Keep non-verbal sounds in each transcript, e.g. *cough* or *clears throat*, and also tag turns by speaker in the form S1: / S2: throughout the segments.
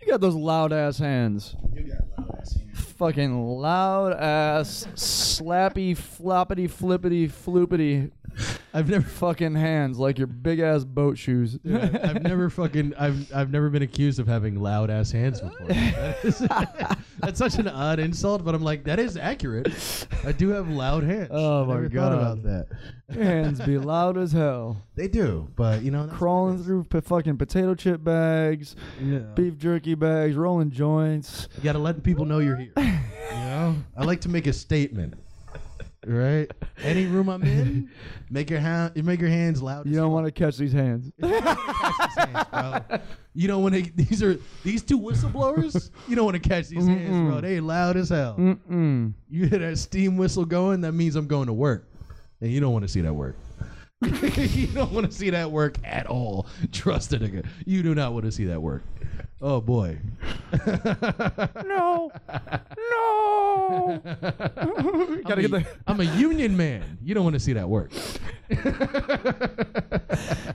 S1: You got those loud ass hands.
S2: You got loud ass hands.
S1: Fucking loud ass, slappy, floppity, flippity, floopity. I've never fucking hands like your big ass boat shoes.
S3: Dude, I've, *laughs* I've never fucking I've I've never been accused of having loud ass
S1: *laughs*
S3: hands before. That is, *laughs* that's such an odd insult, but I'm like that is accurate. I do have loud hands.
S1: Oh
S3: I
S1: my
S3: never thought
S1: God.
S3: about that.
S1: Your *laughs* hands be loud as hell.
S3: They do, but you know, that's-
S1: Crawling through p- fucking potato chip bags,
S3: Yeah.
S1: beef jerky bags, rolling joints.
S3: You gotta let people know you're here. You know, I like to make a statement. Right? Any room I'm
S1: *laughs*
S3: in, make your hand, make your hands loud.
S1: You
S3: as
S1: don't
S3: fuck.
S1: want to catch these hands.
S3: Catch these hands, bro. You don't want to. These are these two whistleblowers. You don't want to catch these hands, bro. They loud as hell.
S1: *laughs* Mm-mm.
S3: You hear that steam whistle going? That means I'm going to work, and you don't want to see that work. *laughs* you don't want to see that work at all. Trust a nigga. You do not want to see that work. Oh boy.
S1: *laughs*
S3: *laughs*
S1: No, no. *laughs* Gotta
S3: I'm
S1: get
S3: a-
S1: the.
S3: I'm a union man. You don't want to see that work.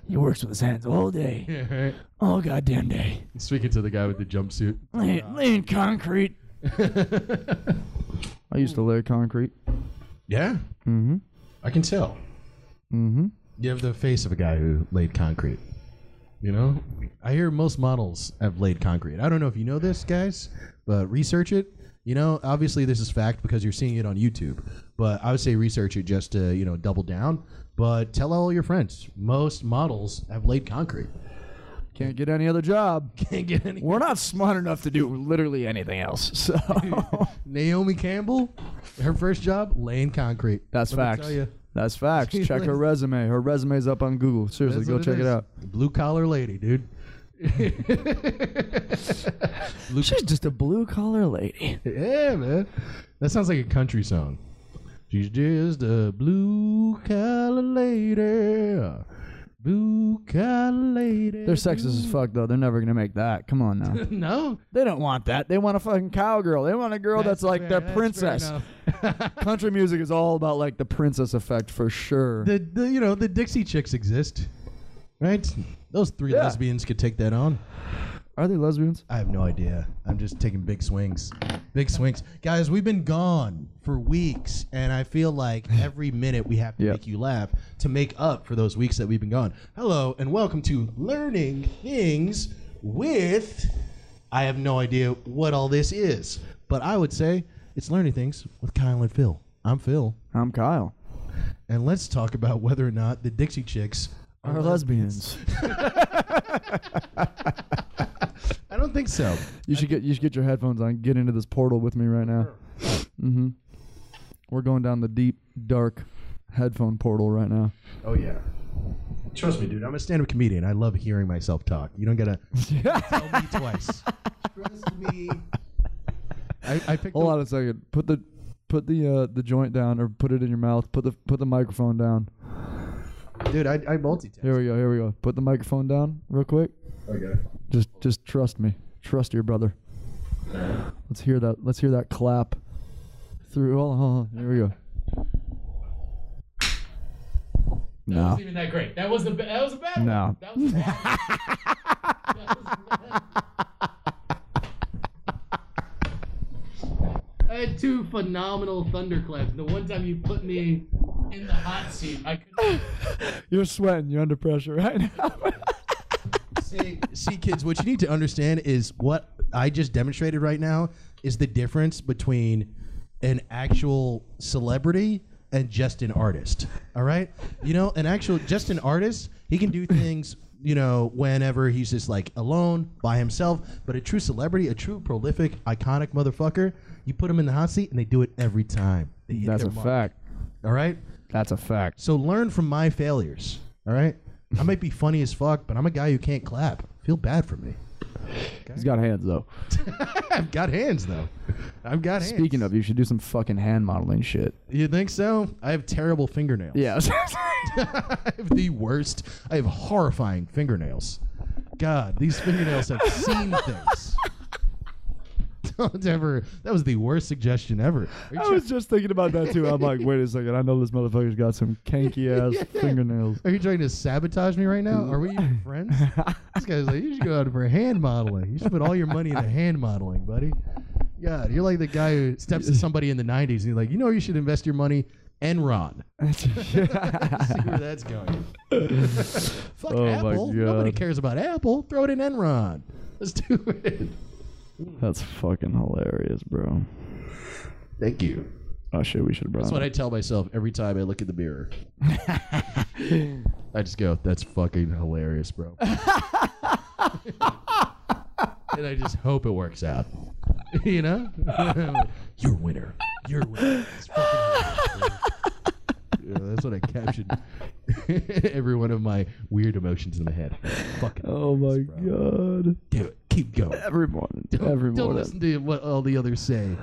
S1: He works with his hands all day, all goddamn day,
S3: *laughs* Speaking to the guy with the jumpsuit.
S1: laying, laying concrete. *laughs* I used to lay concrete.
S3: Yeah,
S1: Mm-hmm.
S3: I can tell.
S1: Mm-hmm.
S3: You have the face of a guy who laid concrete. You know? I hear most models have laid concrete. I don't know if you know this, guys, but research it. You know, obviously this is fact because you're seeing it on YouTube, but I would say research it just to, you know, double down. But tell all your friends. Most models have laid concrete. *laughs*
S1: Can't get any other job.
S3: Can't get any.
S1: We're not smart enough to do literally anything else. *laughs* So
S3: Naomi Campbell, her first job, laying concrete.
S1: that's
S3: Let me
S1: facts.
S3: tell ya.
S1: That's facts.
S3: She
S1: Check her
S3: lays-
S1: resume. Her resume's up on Google. Seriously,
S3: That's
S1: go
S3: what
S1: check it
S3: is.
S1: out.
S3: Blue collar lady, dude.
S1: She's just a blue collar lady.
S3: Yeah, man. That sounds like a country song. She's just a blue collar lady. Blue collar lady.
S1: They're sexist as fuck though. They're never gonna make that. Come on now.
S3: *laughs* No.
S1: they don't want that. They want a fucking cowgirl. They want a girl Oh, that's, like
S3: fair-
S1: their
S3: that's
S1: princess.
S3: fair
S1: *laughs*
S3: enough.
S1: Country music is all about like the princess effect for sure.
S3: the, the you know the Dixie Chicks exist, right? Those three
S1: Yeah.
S3: lesbians could take that on.
S1: Are they lesbians?
S3: I have no idea. I'm just taking big swings. Big swings. Guys, we've been gone for weeks, and I
S1: *laughs*
S3: feel like every minute we have to
S1: Yeah.
S3: make you laugh to make up for those weeks that we've been gone. Hello, and welcome to Learning Things with. I have no idea what all this is, but I would say it's Learning Things with Kyle and Phil. I'm Phil,
S1: I'm Kyle.
S3: and let's talk about whether or not the Dixie Chicks
S1: Are lesbians?
S3: I don't think so.
S1: You should get you should get your headphones on. Get into this portal with me right now. Mm-hmm. We're going down the deep, dark headphone portal right now.
S3: Oh yeah. Trust me, dude. I'm a stand-up comedian. I love hearing myself talk. You don't gotta tell me twice. Trust me. I, I picked
S1: Hold
S3: the-
S1: on a second. Put the put the uh, the joint down or put it in your mouth. Put the put the microphone down.
S3: dude. I, I multitask.
S1: Here we go. Here we go. Put the microphone down real quick.
S3: Okay.
S1: Just just trust me. Trust your brother. Let's hear that. Let's hear that clap. Through. Hold on. Hold on. Here we go.
S4: That
S1: No.
S4: wasn't even that great. That was the ba- that was a bad one.
S1: No.
S4: That was bad. *laughs* I had two phenomenal thunderclaps. The one time you put me in the hot seat, I couldn't.
S1: You're sweating. You're under pressure right now. *laughs*
S3: See, see, kids. What you need to understand is what I just demonstrated right now is the difference between an actual celebrity and just an artist. All right. You know, an actual just an artist. He can do things. You know, whenever he's just like alone by himself, but a true celebrity, a true prolific, iconic motherfucker, you put him in the hot seat and they do it every time. They hit
S1: That's
S3: their
S1: a
S3: mark.
S1: fact.
S3: All right.
S1: That's a fact.
S3: So learn from my failures. All right.
S1: *laughs*
S3: I might be funny as fuck, but I'm a guy who can't clap. Feel bad for me.
S1: He's got hands though.
S3: I've got hands though. I've got hands.
S1: Speaking of, you should do some fucking hand modeling shit.
S3: you think so? I have terrible fingernails.
S1: Yeah.
S3: *laughs*
S1: *laughs*
S3: I have the worst. I have horrifying
S1: *laughs*
S3: fingernails. God, these fingernails have seen things. *laughs* Don't ever. That was the worst suggestion ever. Are you
S1: I
S3: try-
S1: was just thinking about that too. I'm like, wait a second. I know this motherfucker's got some *laughs* kanky ass *laughs* fingernails.
S3: Are you trying to sabotage me right now? Are
S1: *laughs*
S3: we even friends? this guy's like, you should go out for hand modeling. You should put all your money into hand modeling, buddy. God, you're like the guy who steps
S1: *laughs*
S3: to somebody in the 90s and you're like, you know, where you should invest your money Enron. See where that's going.
S1: *laughs*
S3: Fuck
S1: Oh my
S3: Apple. Nobody
S1: God.
S3: cares about Apple. Throw it in Enron. Let's do it.
S1: That's fucking hilarious, bro.
S3: Thank you.
S1: Oh shit, we should have brought.
S3: That's what I tell myself every time I look in the mirror. I just go, that's fucking hilarious, bro. and I just hope it works out. *laughs* you know? *laughs* You're a winner. You're a winner. It's fucking hilarious, bro. yeah, that's what I captioned *laughs* every one of my weird emotions in my head. Fucking
S1: oh my
S3: hilarious, bro.
S1: god.
S3: Do it. Keep going.
S1: Every morning. Every
S3: Don't
S1: morning.
S3: listen to what all the others say.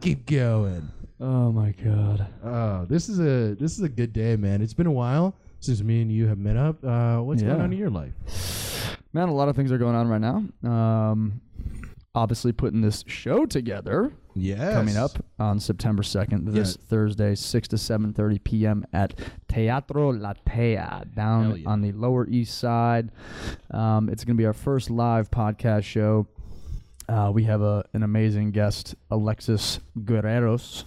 S3: Keep going.
S1: Oh my god.
S3: Oh, this is a this is a good day, man. It's been a while since me and you have met up. Uh, what's going
S1: Yeah.
S3: on in your life?
S1: Man, a lot of things are going on right now. Um, obviously putting this show together.
S3: Yeah,
S1: Coming up on September 2nd, this Thursday, 6 to 7.30 p.m. at Teatro Latea
S3: Hell
S1: down
S3: yeah.
S1: on the Lower East Side. Um, it's going to be our first live podcast show. Uh, we have a, an amazing guest, Alexis Guerreros.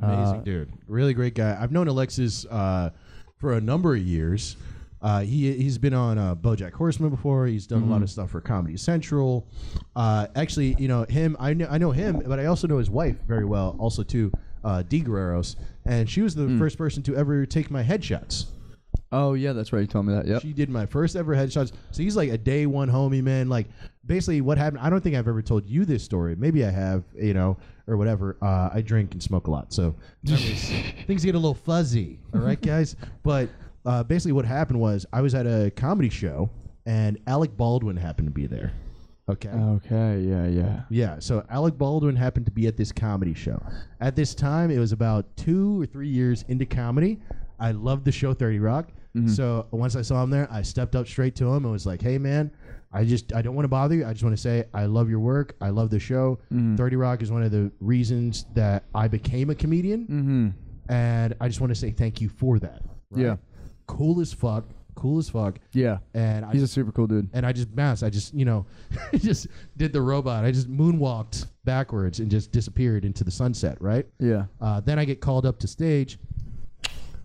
S3: Amazing
S1: Uh,
S3: dude. Really great guy. I've known Alexis uh, for a number of years. Uh, he he's been on uh, BoJack Horseman before. He's done a
S1: Mm-hmm.
S3: lot of stuff for Comedy Central. Uh, actually, you know him. I know I know him, but I also know his wife very well. Also too, uh, Dee Guerreros, and she was the
S1: Mm.
S3: first person to ever take my headshots.
S1: Oh, yeah, that's right. You told me that. Yep.
S3: She did my first ever headshots. So he's like a day one homie, man. Like basically what happened. I don't think I've ever told you this story. Maybe I have, you know, or whatever. Uh, I drink and smoke a lot, so memories- things get a little fuzzy. All right, guys. But uh, basically, what happened was I was at a comedy show, and Alec Baldwin happened to be there. Okay.
S1: okay, yeah, yeah.
S3: Yeah, so Alec Baldwin happened to be at this comedy show. At this time, it was about two or three years into comedy. I loved the show 30 Rock.
S1: Mm-hmm.
S3: So once I saw him there, I stepped up straight to him and was like, hey, man, I just, I don't want to bother you. I just want to say, I love your work. I love the show.
S1: Mm-hmm.
S3: 30 Rock is one of the reasons that I became a comedian.
S1: Mm. Mm-hmm.
S3: And I just want to say thank you for that. right?
S1: Yeah.
S3: Cool as fuck. Cool as fuck.
S1: Yeah.
S3: And I
S1: He's a super cool dude.
S3: and I just bounced. I just, you know, *laughs* just did the robot. I just moonwalked backwards and just disappeared into the sunset, right?
S1: Yeah.
S3: Uh, then I get called up to stage,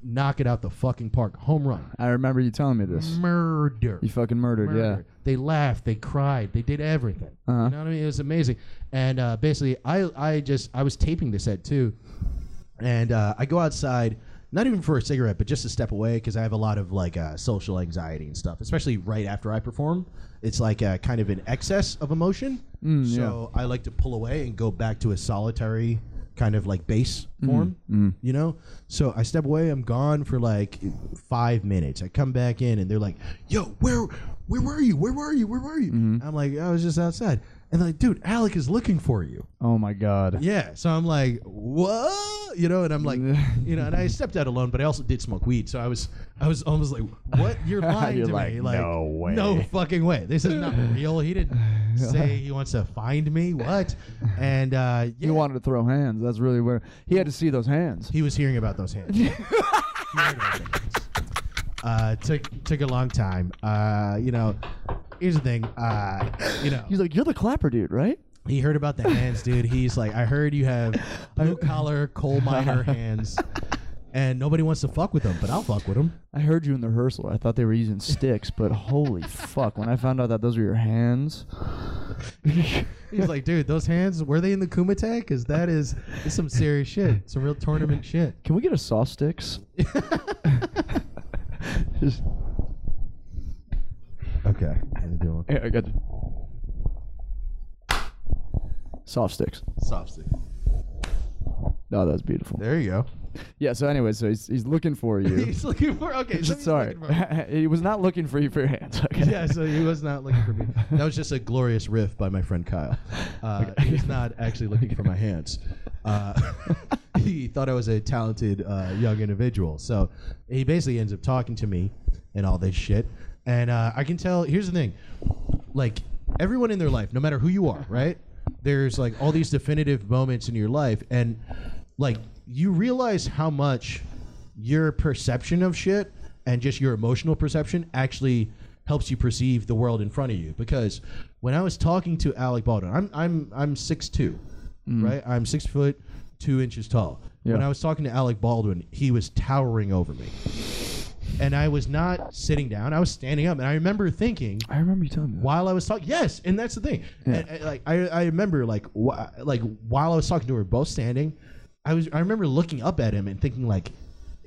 S3: knock it out the fucking park, home run,
S1: I remember you telling me this.
S3: murder.
S1: You fucking murdered,
S3: murder. They laughed, they cried, they did everything. You know what I mean? It was amazing. And uh, basically, I, I just, I was taping this at too, and uh, I go outside. Not even for a cigarette, but just to step away because I have a lot of like uh, social anxiety and stuff, especially right after I perform. It's like uh, kind of an excess of emotion. so I like to pull away and go back to a solitary kind of like base form, you know? So I step away, I'm gone for like five minutes. I come back in and they're like, yo, where where were you? Where were you? Where were you? I'm like, I was just outside. And they're like, dude, Alec is looking for you.
S1: yeah. Oh my god.
S3: Yeah. So I'm like, what? You know, and
S1: *laughs*
S3: I'm like, you know, and I stepped out alone, but I also did smoke weed. So I was, I was almost like, what?
S1: *laughs*
S3: You're lying
S1: You're
S3: to
S1: like,
S3: me. Like,
S1: no way.
S3: No fucking way. This is
S1: *laughs*
S3: not real. He didn't say he wants to find me. What? And uh, yeah,
S1: He wanted to throw hands. That's really where he had to see those hands.
S3: he was hearing about
S1: *laughs*
S3: those hands. He heard about those hands. Uh, took took a long time. Uh, you know, here's the thing. Uh, you know,
S1: He's like, "You're the clapper dude, right?"
S3: He heard about the hands, dude. He's like, I heard you have blue collar coal *laughs* miner hands, and nobody wants to fuck with them, but I'll fuck with them.
S1: I heard you in the rehearsal. I thought they were
S3: *laughs*
S1: using sticks, but holy fuck! When I found out that those were your
S3: *laughs*
S1: hands,
S3: He's like, dude, those hands were they in the Kumite? Because that is it's some serious shit, some real tournament *laughs* shit.
S1: can we get a saw
S3: *laughs*
S1: sticks? Just,
S3: Okay, I'm doing
S1: here, I got you. Soft sticks.
S3: soft stick.
S1: Oh, that was beautiful.
S3: There you go.
S1: Yeah. So anyway, so he's, he's looking for you.
S3: *laughs* He's looking for okay. so
S1: *laughs*
S3: he's
S1: Sorry,
S3: looking for-
S1: *laughs* he was not looking for you for your hands. Okay.
S3: *laughs* Yeah, so he was not looking for me. That was just a glorious riff by my friend Kyle. Uh, He was not actually looking for my hands. Uh, *laughs* he thought I was a talented uh, young individual. So he basically ends up talking to me and all this shit. And uh, I can tell, here's the thing like, everyone in their life, no matter who you are, right? there's like all these definitive moments in your life and like you realize how much your perception of shit and just your emotional perception actually helps you perceive the world in front of you because when I was talking to Alec Baldwin I'm I'm I'm 6'2 right I'm 6 foot 2 inches tall when
S1: Yeah.
S3: I was talking to Alec Baldwin he was towering over me and I was not sitting down I was standing up and I remember thinking
S1: I remember you telling me. that.
S3: while I was talking. Yes, and that's the thing. And, and, like I, I remember like wh- like while I was talking to her, both standing, I was I remember looking up at him and thinking like,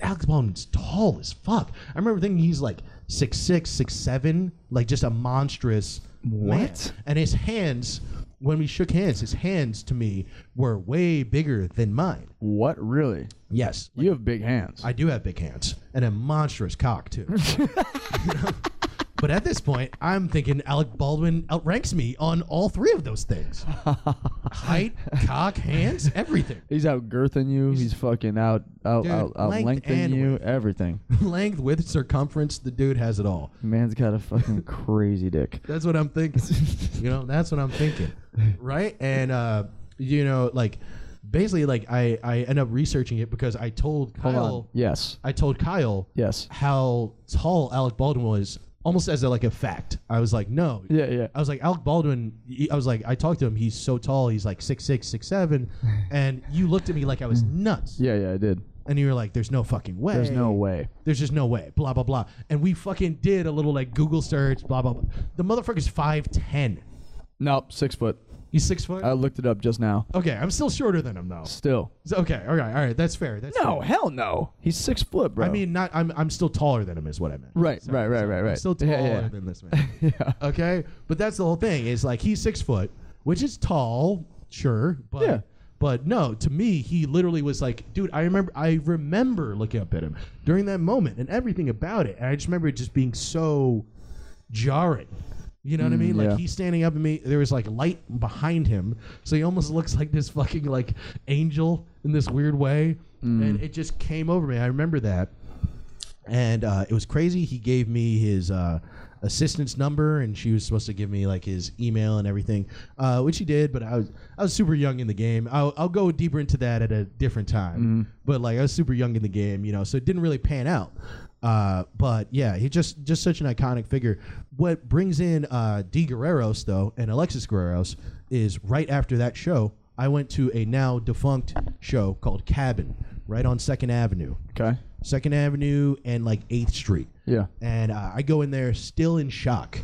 S3: Alex Baldwin's tall as fuck. I remember thinking he's like six six six seven, like just a monstrous man.
S1: What?
S3: And his hands, when we shook hands, his hands to me were way bigger than mine.
S1: What really?
S3: Yes,
S1: You have big hands.
S3: I do have big hands and a monstrous
S1: *laughs*
S3: cock too. You know? But at this point, I'm thinking Alec Baldwin outranks me on all three of those things: height, cock, hands, everything,
S1: *laughs* he's out girthing you. He's, fucking out out
S3: Dude,
S1: out, out
S3: length
S1: lengthening
S3: and
S1: you.
S3: width.
S1: Everything.
S3: length, width, circumference. The dude has it all.
S1: Man's got a
S3: *laughs*
S1: fucking crazy dick.
S3: That's what I'm thinking. you know, that's what I'm thinking, right? And uh, you know, like basically, like I I end up researching it because I told Kyle.
S1: Hold on. Yes.
S3: I told Kyle
S1: Yes.
S3: how tall Alec Baldwin was, almost as a, like a fact. I was like, no,
S1: Yeah, yeah.
S3: I was like Alec Baldwin. he- I was like, I talked to him. He's so tall. He's like six six
S1: *laughs*
S3: six seven, and you looked at me like I was nuts.
S1: Mm. Yeah, yeah, I did.
S3: And you were like, "There's no fucking way.
S1: There's no way.
S3: There's just no way." Blah blah blah. And we fucking did a little like Google search. Blah blah. blah. The motherfucker's five ten.
S1: Nope, six foot.
S3: He's six foot.
S1: I looked it up just now.
S3: okay, I'm still shorter than him though.
S1: Still.
S3: So- okay, all right, all right. That's fair. That's
S1: No,
S3: fair.
S1: hell no. He's six foot, bro.
S3: I mean, not. I'm I'm still taller than him. Is what I meant.
S1: Right, right, right, right,
S3: I'm
S1: right.
S3: still taller
S1: Yeah, yeah.
S3: than this man.
S1: *laughs* yeah.
S3: *laughs* Okay, but that's the whole thing. Is like he's six foot, which is tall, sure, but
S1: Yeah.
S3: but no, to me, he literally was like, dude, I remember, I remember looking up at him during that moment and everything about it, and I just remember it just being so jarring. You know what I mean? Like
S1: Mm, yeah.
S3: he's standing up at me. There was like light behind him, so he almost looks like this fucking like angel in this weird way,
S1: Mm.
S3: and it just came over me. I remember that and uh, it was crazy. He gave me his uh, assistant's number, and she was supposed to give me like his email and everything, uh, which she did. But I was I was super young in the game. I'll, I'll go deeper into that at a different time. But like I was super young in the game, you know, so it didn't really pan out. Uh, but yeah, he just just such an iconic figure. What brings in uh, D Guerreros though and Alexis Guerreros is right after that show. I went to a now defunct show called Cabin, right on Second Avenue.
S1: Okay.
S3: Second Avenue and like Eighth Street.
S1: Yeah.
S3: And uh, I go in there still in shock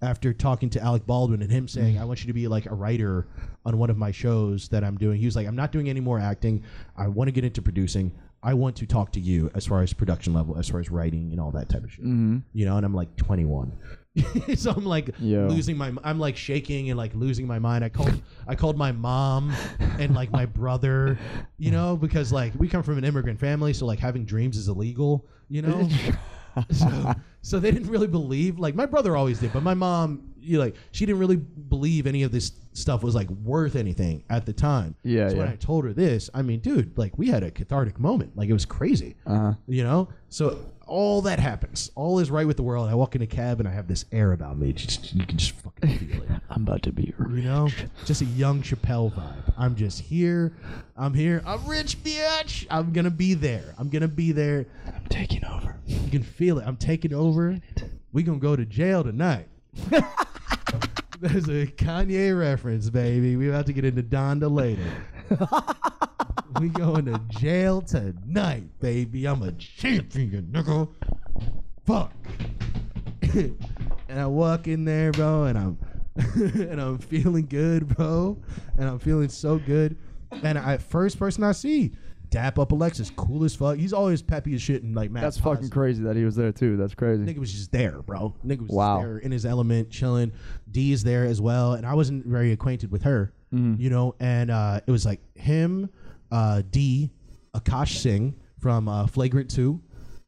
S3: after talking to Alec Baldwin and him saying, "I want you to be like a writer on one of my shows that I'm doing." He was like, "I'm not doing any more acting. I want to get into producing. I want to talk to you as far as production level, as far as writing and all that type of shit." You know, and I'm like 21. *laughs* so I'm like
S1: Yo.
S3: losing my I'm like shaking and like losing my mind. I called I called my mom and like my brother, you know, because like we come from an immigrant family, so like having dreams is illegal, you know. *laughs* so, so they didn't really believe. Like my brother always did, but my mom, you like, she didn't really believe any of this stuff was like worth anything at the time.
S1: Yeah,
S3: So when
S1: yeah.
S3: I told her this, I mean, dude, like we had a cathartic moment. Like it was crazy. Uh-huh. You know. So all that happens. All is right with the world. I walk in a cab and I have this air about me. Just, you can just fucking
S1: *laughs*
S3: feel it.
S1: I'm about to be
S3: You know, just a young Chappelle vibe. I'm just here. I'm here. I'm rich, bitch. I'm gonna be there. I'm gonna be there.
S1: I'm taking over.
S3: You can feel it. I'm taking over. We gonna go to
S1: *laughs*
S3: jail tonight. There's a Kanye reference, baby. We about to get into Donda
S1: *laughs*
S3: later. we going to jail tonight, baby. I'm a champion, nigga. Fuck. *laughs* and I walk in there, bro, and I'm *laughs* and I'm feeling good, bro. And I'm feeling so good. And I first person I see, dap up Alexis, cool as fuck. He's always peppy as shit and like man.
S1: That's fucking crazy that he was there too. That's crazy.
S3: Nigga was just there, bro. Nigga was
S1: Wow.
S3: just there in his element, chilling. D's there as well, and I wasn't very acquainted with her, you know. And uh, it was like him, uh, D, Akash Singh from uh, Flagrant Two,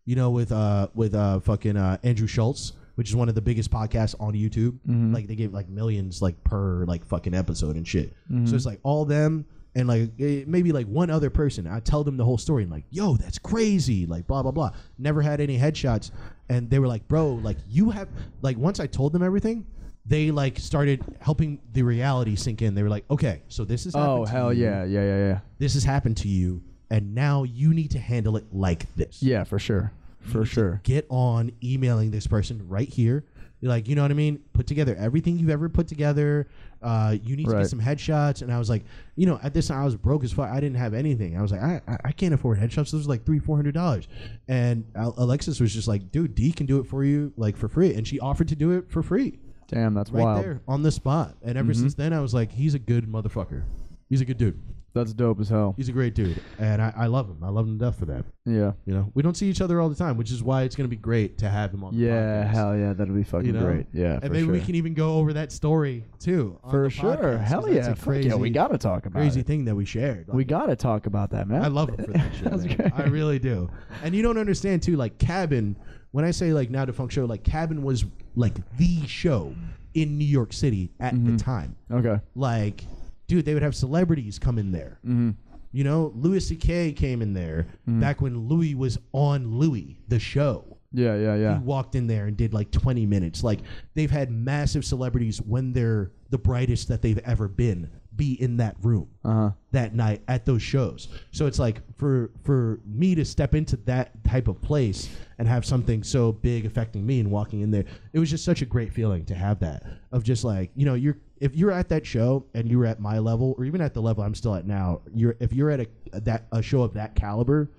S3: you know, with uh, with uh, fucking uh, Andrew Schultz, which is one of the biggest podcasts on YouTube. Like they give like millions like per like fucking episode and shit. So it's like all them. And like eh, maybe like one other person, I tell them the whole story and like, yo, that's crazy, like blah blah blah. Never had any headshots, and they were like, "Bro, like you have like once I told them everything, they like started helping the reality sink in. They were like, okay, so this is
S1: Oh hell yeah, yeah, yeah, yeah,
S3: this has happened to you, and now you need to handle it like this.
S1: yeah, for sure, for sure.
S3: Get on emailing this person right here. You're like, you know what I mean? Put together everything you've ever put together. Uh, you need to
S1: Right.
S3: get some headshots. And I was like, you know, at this time I was broke as fuck. I didn't have anything. I was like, I, I, I can't afford headshots. Those was like three, four hundred dollars. And Al- Alexis was just like, dude, D can do it for you, like for free. And she offered to do it for free,
S1: Damn, that's
S3: right
S1: wild.
S3: there on the spot. And ever since then, I was like, he's a good motherfucker. He's a good dude.
S1: That's dope as hell.
S3: He's a great dude, and I, I love him. I love him to death for that.
S1: Yeah,
S3: You know, we don't see each other all the time, which is why it's going to be great to have him on.
S1: yeah,
S3: the podcast,
S1: hell yeah, that'd be fucking
S3: you know,
S1: great. Yeah,
S3: and
S1: for
S3: maybe
S1: sure.
S3: we can even go over that story too. on
S1: for
S3: the
S1: sure,
S3: podcast, 'cause
S1: hell
S3: that's
S1: yeah,
S3: a
S1: fuck yeah, we gotta talk about
S3: crazy
S1: it.
S3: thing that we shared.
S1: We
S3: Like,
S1: gotta talk about that, man.
S3: I love him for
S1: *laughs*
S3: that shit.
S1: That's
S3: man.
S1: great.
S3: I really do. And you don't understand too, like Cabin. When I say like now defunct show, like Cabin was like the show in New York City at
S1: Mm-hmm.
S3: the time
S1: Okay.
S3: like dude they would have celebrities come in there mm-hmm. you know louis ck came in there back when louis was on louis the show
S1: Yeah, yeah,
S3: he
S1: yeah.
S3: walked in there and did like 20 minutes like they've had massive celebrities when they're the brightest that they've ever been be in that room
S1: Uh-huh.
S3: that night at those shows so it's like for for me to step into that type of place and have something so big affecting me and walking in there it was just such a great feeling to have that of just like you know you're if you're at that show and you're at my level or even at the level i'm still at now you're if you're at a that a show of that caliber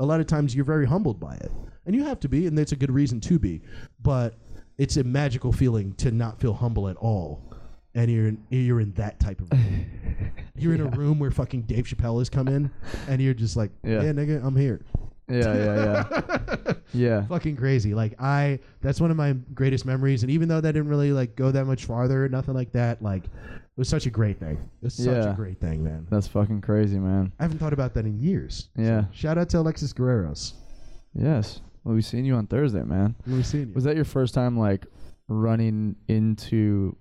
S3: a lot of times you're very humbled by it and you have to be and that's a good reason to be but it's a magical feeling to not feel humble at all and you're in, you're in that type of room.
S1: *laughs*
S3: you're in a room where fucking Dave Chappelle has come in and you're just like yeah,
S1: Yeah.
S3: nigga I'm here
S1: Yeah,
S3: *laughs*
S1: yeah, yeah. yeah.
S3: fucking crazy like I that's one of my greatest memories and even though that didn't really like go that much farther nothing like that like it was such a great thing it was such a
S1: Yeah.
S3: great thing man
S1: That's fucking crazy, man.
S3: I haven't thought about that in years
S1: Yeah.
S3: shout out to Alexis Guerreros
S1: Yes. Well, we seen you on Thursday, man.
S3: we seen you
S1: Was that your first time like running into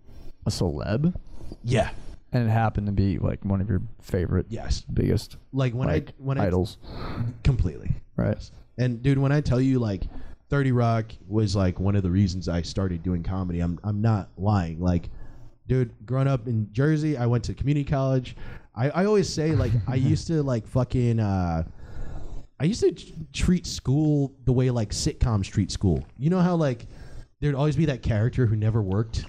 S1: a celeb?
S3: yeah
S1: And it happened to be like one of your favorite,
S3: yes
S1: biggest
S3: like when
S1: like
S3: I when
S1: idols,
S3: I completely *laughs*
S1: right?
S3: and dude when I tell you like 30 Rock was like one of the reasons I started doing comedy I'm I'm not lying like dude growing up in Jersey I went to community college I, I always say like
S1: *laughs*
S3: I used to like fucking uh I used to t- treat school the way like sitcoms treat school you know how like there'd always be that character who never worked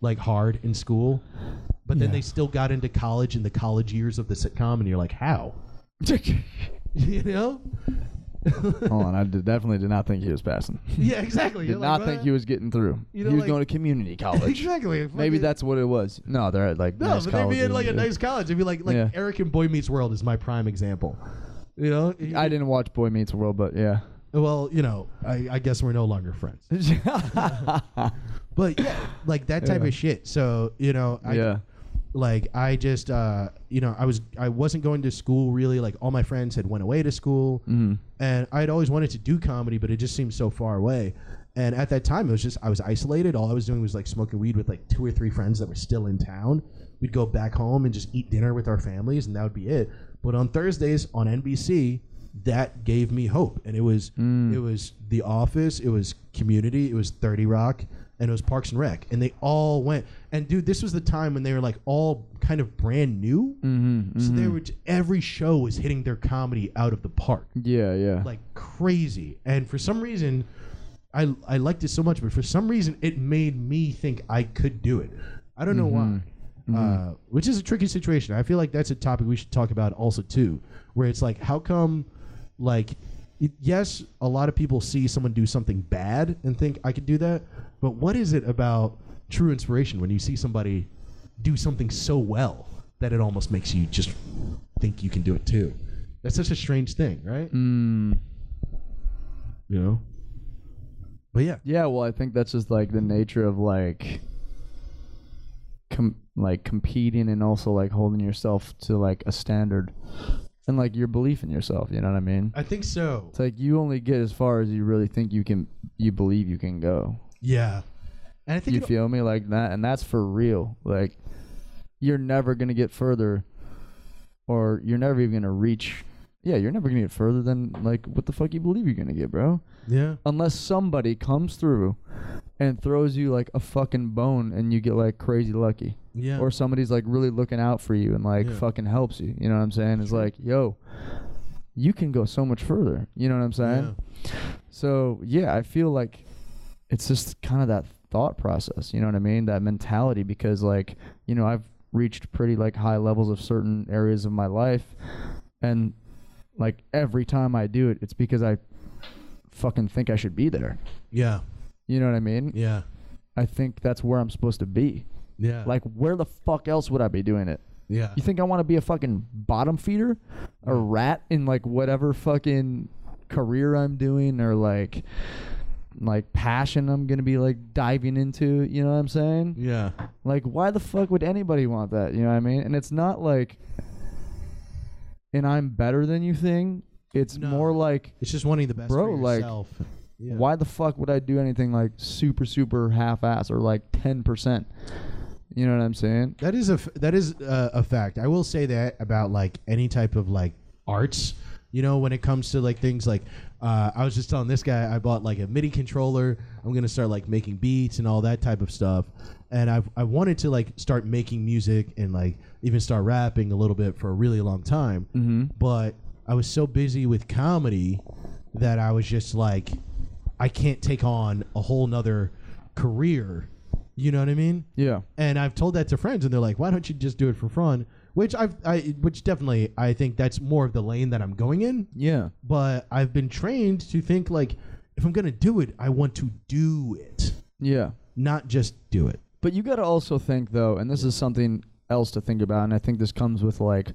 S3: like hard in school but then
S1: Yeah.
S3: they still got into college in the college years of the sitcom and you're like how *laughs* you know
S1: Hold on, I did, definitely did not think he was passing.
S3: Yeah, exactly.
S1: did
S3: *laughs* You're like,
S1: not
S3: "Bruh."
S1: think he was getting through.
S3: You know,
S1: he was
S3: like-
S1: going to
S3: *laughs*
S1: community college.
S3: exactly. Fucking-
S1: Maybe that's what it was. No, they're at like
S3: *laughs* no,
S1: nice
S3: but they'd be in
S1: colleges
S3: like a
S1: and-
S3: nice college. It'd be like like
S1: Yeah.
S3: Eric and Boy Meets World is my prime example. You know,
S1: *laughs* I didn't watch Boy Meets World, but yeah.
S3: *laughs* well, you know, I, I guess we're no longer friends. But yeah, like that type
S1: Yeah.
S3: of shit. So you know, I,
S1: *laughs* Yeah.
S3: like I just uh, you know I was I wasn't going to school really. Like all my friends had went away to school,
S1: Mm-hmm.
S3: and I'd always wanted to do comedy, but it just seemed so far away. And at that time, it was just I was isolated. All I was doing was like smoking weed with like two or three friends that were still in town. We'd go back home and just eat dinner with our families, and that would be it. But on Thursdays on NBC, that gave me hope, and it was it was The Office, it was Community, it was Thirty Rock, and it was Parks and Rec, and they all went. And dude, this was the time when they were like all kind of brand new. Mm-hmm, so they were every show was hitting their comedy out of the park,
S1: Yeah, yeah.
S3: like crazy. And for some reason, I I liked it so much, but for some reason, it made me think I could do it. I don't know why. Uh, which is a tricky situation. I feel like that's a topic we should talk about also too, where it's like, how come, like, y- yes, a lot of people see someone do something bad and think I could do that, but what is it about true inspiration when you see somebody do something so well that it almost makes you just think you can do it too? That's such a strange thing, right?
S1: Hmm.
S3: You know. But yeah,
S1: Yeah, well, I think that's just like the nature of like, com- like competing and also like holding yourself to like a standard, and like your belief in yourself. You know what I mean?
S3: I think so.
S1: It's like you only get as far as you really think you can, you believe you can go.
S3: Yeah, and I think
S1: You
S3: it-
S1: feel me? Like that, and that's for real. Like, you're never gonna get further, or you're never even gonna reach. Yeah, you're never gonna get further than like what the fuck you believe you're gonna get, bro.
S3: yeah,
S1: unless somebody comes through and throws you like a fucking bone and you get like crazy lucky.
S3: Yeah.
S1: Or somebody's like really looking out for you and like
S3: Yeah.
S1: fucking helps you. You know what I'm saying? It's like, yo, you can go so much further. You know what I'm saying?
S3: Yeah.
S1: So yeah, I feel like it's just kind of that thought process. You know what I mean? That mentality because like you know I've reached pretty like high levels of certain areas of my life, and like every time I do it, it's because I fucking think I should be there.
S3: Yeah.
S1: You know what I mean?
S3: Yeah.
S1: I think that's where I'm supposed to be.
S3: Yeah.
S1: Like where the fuck else would I be doing it?
S3: yeah.
S1: You think I want to be a fucking bottom feeder, a rat in like whatever fucking career I'm doing or like like passion I'm gonna be like diving into? You know what I'm saying?
S3: yeah.
S1: Like, why the fuck would anybody want that? You know what I mean? And it's not like an I'm better than you thing. It's
S3: No.
S1: more like
S3: It's just wanting the best
S1: Bro,
S3: for
S1: like,
S3: yourself. yeah.
S1: why the fuck would I do anything like super super half ass or like ten percent? You know what I'm saying?
S3: That is a f- that is uh, a fact. I will say that about like any type of like arts. You know, when it comes to like things like, uh, I was just telling this guy I bought like a MIDI controller. I'm gonna start like making beats and all that type of stuff. And I I wanted to like start making music and like even start rapping a little bit for a really long time.
S1: Mm-hmm.
S3: But I was so busy with comedy that I was just like, I can't take on a whole nother career. You know what I mean?
S1: Yeah.
S3: and I've told that to friends, and they're like, "Why don't you just do it for fun?" Which I've, I, which definitely, I think that's more of the lane that I'm going in.
S1: Yeah.
S3: But I've been trained to think like, if I'm gonna do it, I want to do it,
S1: Yeah.
S3: not just do it.
S1: But you got to also think though, and this is something else to think about, and I think this comes with like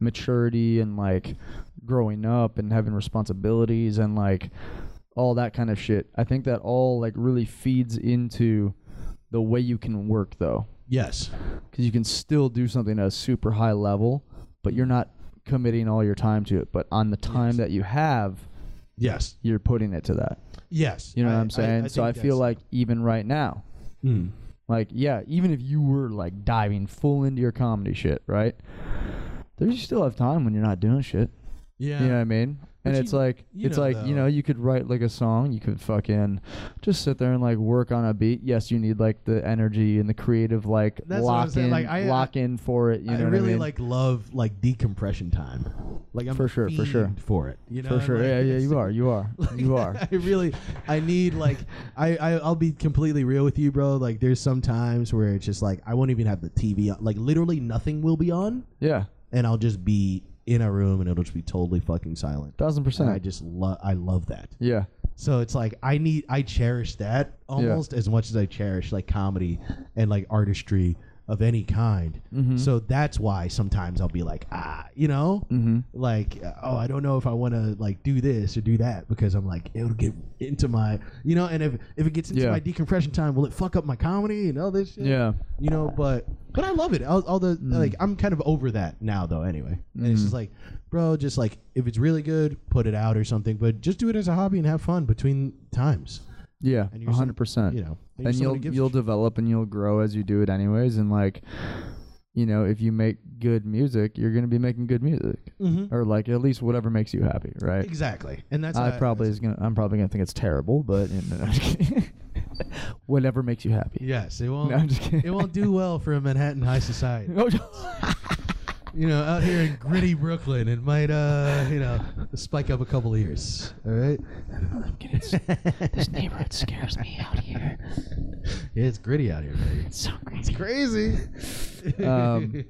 S1: maturity and like growing up and having responsibilities and like all that kind of shit. I think that all like really feeds into the way you can work though,
S3: Yes.
S1: because you can still do something at a super high level, but you're not committing all your time to it. But on the time that you have,
S3: Yes.
S1: you're putting it to that.
S3: Yes.
S1: You know
S3: I-
S1: what I'm saying? so
S3: think
S1: I feel
S3: that's-
S1: like even right now,
S3: Mm.
S1: like, yeah, even if you were like diving full into your comedy shit, right? There you still have time when you're not doing shit.
S3: Yeah.
S1: You know what I mean? and
S3: But
S1: it's
S3: you-
S1: like
S3: you
S1: it's
S3: know,
S1: like, you
S3: though.
S1: know, you could write like a song, you could fucking just sit there and like work on a beat. Yes, you need like the energy and the creative like
S3: That's what I'm
S1: lock
S3: saying.
S1: in
S3: Like, I- uh,
S1: lock in for it, you know
S3: I
S1: what
S3: really
S1: I mean?
S3: like love like decompression time. Like I'm
S1: For sure, for sure.
S3: fiend for it. You know.
S1: for
S3: I'm
S1: sure.
S3: like-
S1: yeah, yeah, you are. You are.
S3: *laughs*
S1: you are.
S3: I really, I need like, I, I I'll be completely real with you, bro. Like, there's some times where it's just like I won't even have the TV on. Like, literally nothing will be on,
S1: Yeah.
S3: and I'll just be in a room and it'll just be totally fucking silent.
S1: Thousand
S3: And
S1: percent.
S3: I just love, I love that.
S1: yeah.
S3: So it's like I need, I cherish that almost as much as I cherish like comedy and like artistry of any kind.
S1: Mm-hmm.
S3: So that's why sometimes I'll be like, ah, you know,
S1: Mm-hmm.
S3: like uh, oh, I don't know if I want to like do this or do that because I'm like it'll get into my, you know, and if if it gets into
S1: Yeah.
S3: my decompression time, will it fuck up my comedy and all this shit?
S1: Yeah.
S3: you know, but. But I love it. All, all the
S1: Mm.
S3: like, I'm kind of over that now, though. Anyway, and it's
S1: Mm-hmm.
S3: just like, bro, just like if it's really good, put it out or something. But just do it as a hobby and have fun between times.
S1: Yeah.
S3: And you're some-
S1: hundred percent.
S3: You know, you're
S1: and
S3: somebody
S1: Uh, you'll
S3: who gives a
S1: you'll develop and you'll grow as you do it anyways and like you know if you make good music you're going to be making good music or like at least whatever makes you happy right
S3: Mm-hmm. Exactly, and that's
S1: i
S3: how-
S1: probably is going to i'm probably going to think it's terrible but you know, *laughs* I'm just kidding. whatever makes you happy
S3: yes. It won't.
S1: No, I'm just kidding.
S3: it won't do well for a Manhattan
S1: *laughs*
S3: high society.
S1: Oh,
S3: You know, out here in gritty Brooklyn, it might uh, you know, spike up a couple ears.
S1: *laughs*
S3: All right,
S2: This neighborhood scares me out here.
S3: yeah, it's gritty out here, baby.
S2: It's so crazy.
S3: Crazy. *laughs*
S1: Um,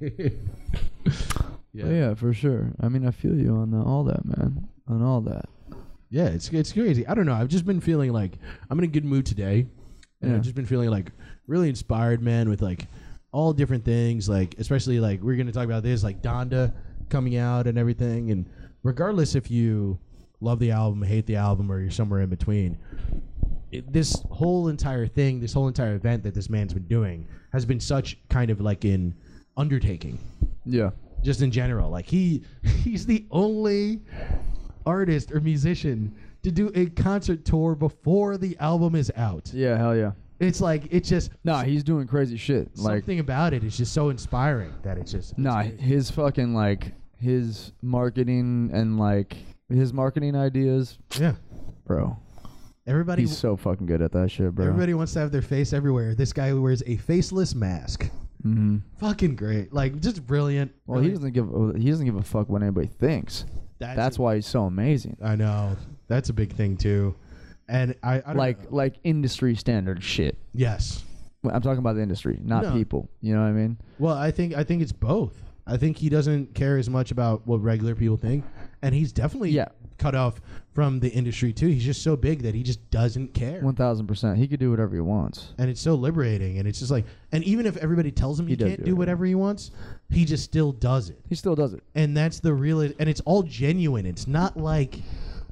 S1: yeah. for sure i mean i feel you on the, all that man on all that
S3: Yeah, it's it's crazy. I don't know. I've just been feeling like I'm in a good mood today, and
S1: Yeah.
S3: I've just been feeling like really inspired, man, with like all different things. Like especially like we're gonna talk about this, like Donda coming out and everything. And regardless if you love the album, hate the album, or you're somewhere in between, it- this whole entire thing, this whole entire event that this man's been doing, has been such kind of like an undertaking
S1: yeah
S3: just in general. Like he he's the only artist or musician to do a concert tour before the album is out.
S1: yeah hell yeah
S3: It's like it's just
S1: nah he's doing crazy shit like
S3: something about it is just so inspiring that it's just
S1: Nah,
S3: it's-
S1: his fucking like his marketing and like his marketing ideas,
S3: yeah.
S1: bro.
S3: Everybody,
S1: He's so fucking good at that shit, bro.
S3: everybody wants to have their face everywhere. This guy wears a faceless mask.
S1: hmm
S3: Fucking great, like just brilliant.
S1: Well, he doesn't give a- he doesn't give a fuck what anybody thinks.
S3: That's
S1: That's,
S3: a-
S1: why he's so amazing.
S3: I know that's a big thing too, and I, I don't
S1: Like
S3: know.
S1: like industry standard shit.
S3: yes.
S1: Well, I'm talking about the industry, not
S3: No.
S1: people. You know what I mean?
S3: Well, I think I think it's both. I think he doesn't care as much about what regular people think, and he's definitely
S1: Yeah.
S3: cut off from the industry too. He's just so big that he just doesn't care,
S1: One thousand percent. He could do whatever he wants.
S3: and it's so liberating. And it's just like, and even if everybody tells him he,
S1: does
S3: can't
S1: do
S3: do
S1: it.
S3: whatever he wants, he just still does it.
S1: He still does it.
S3: and that's the real and it's all genuine it's not like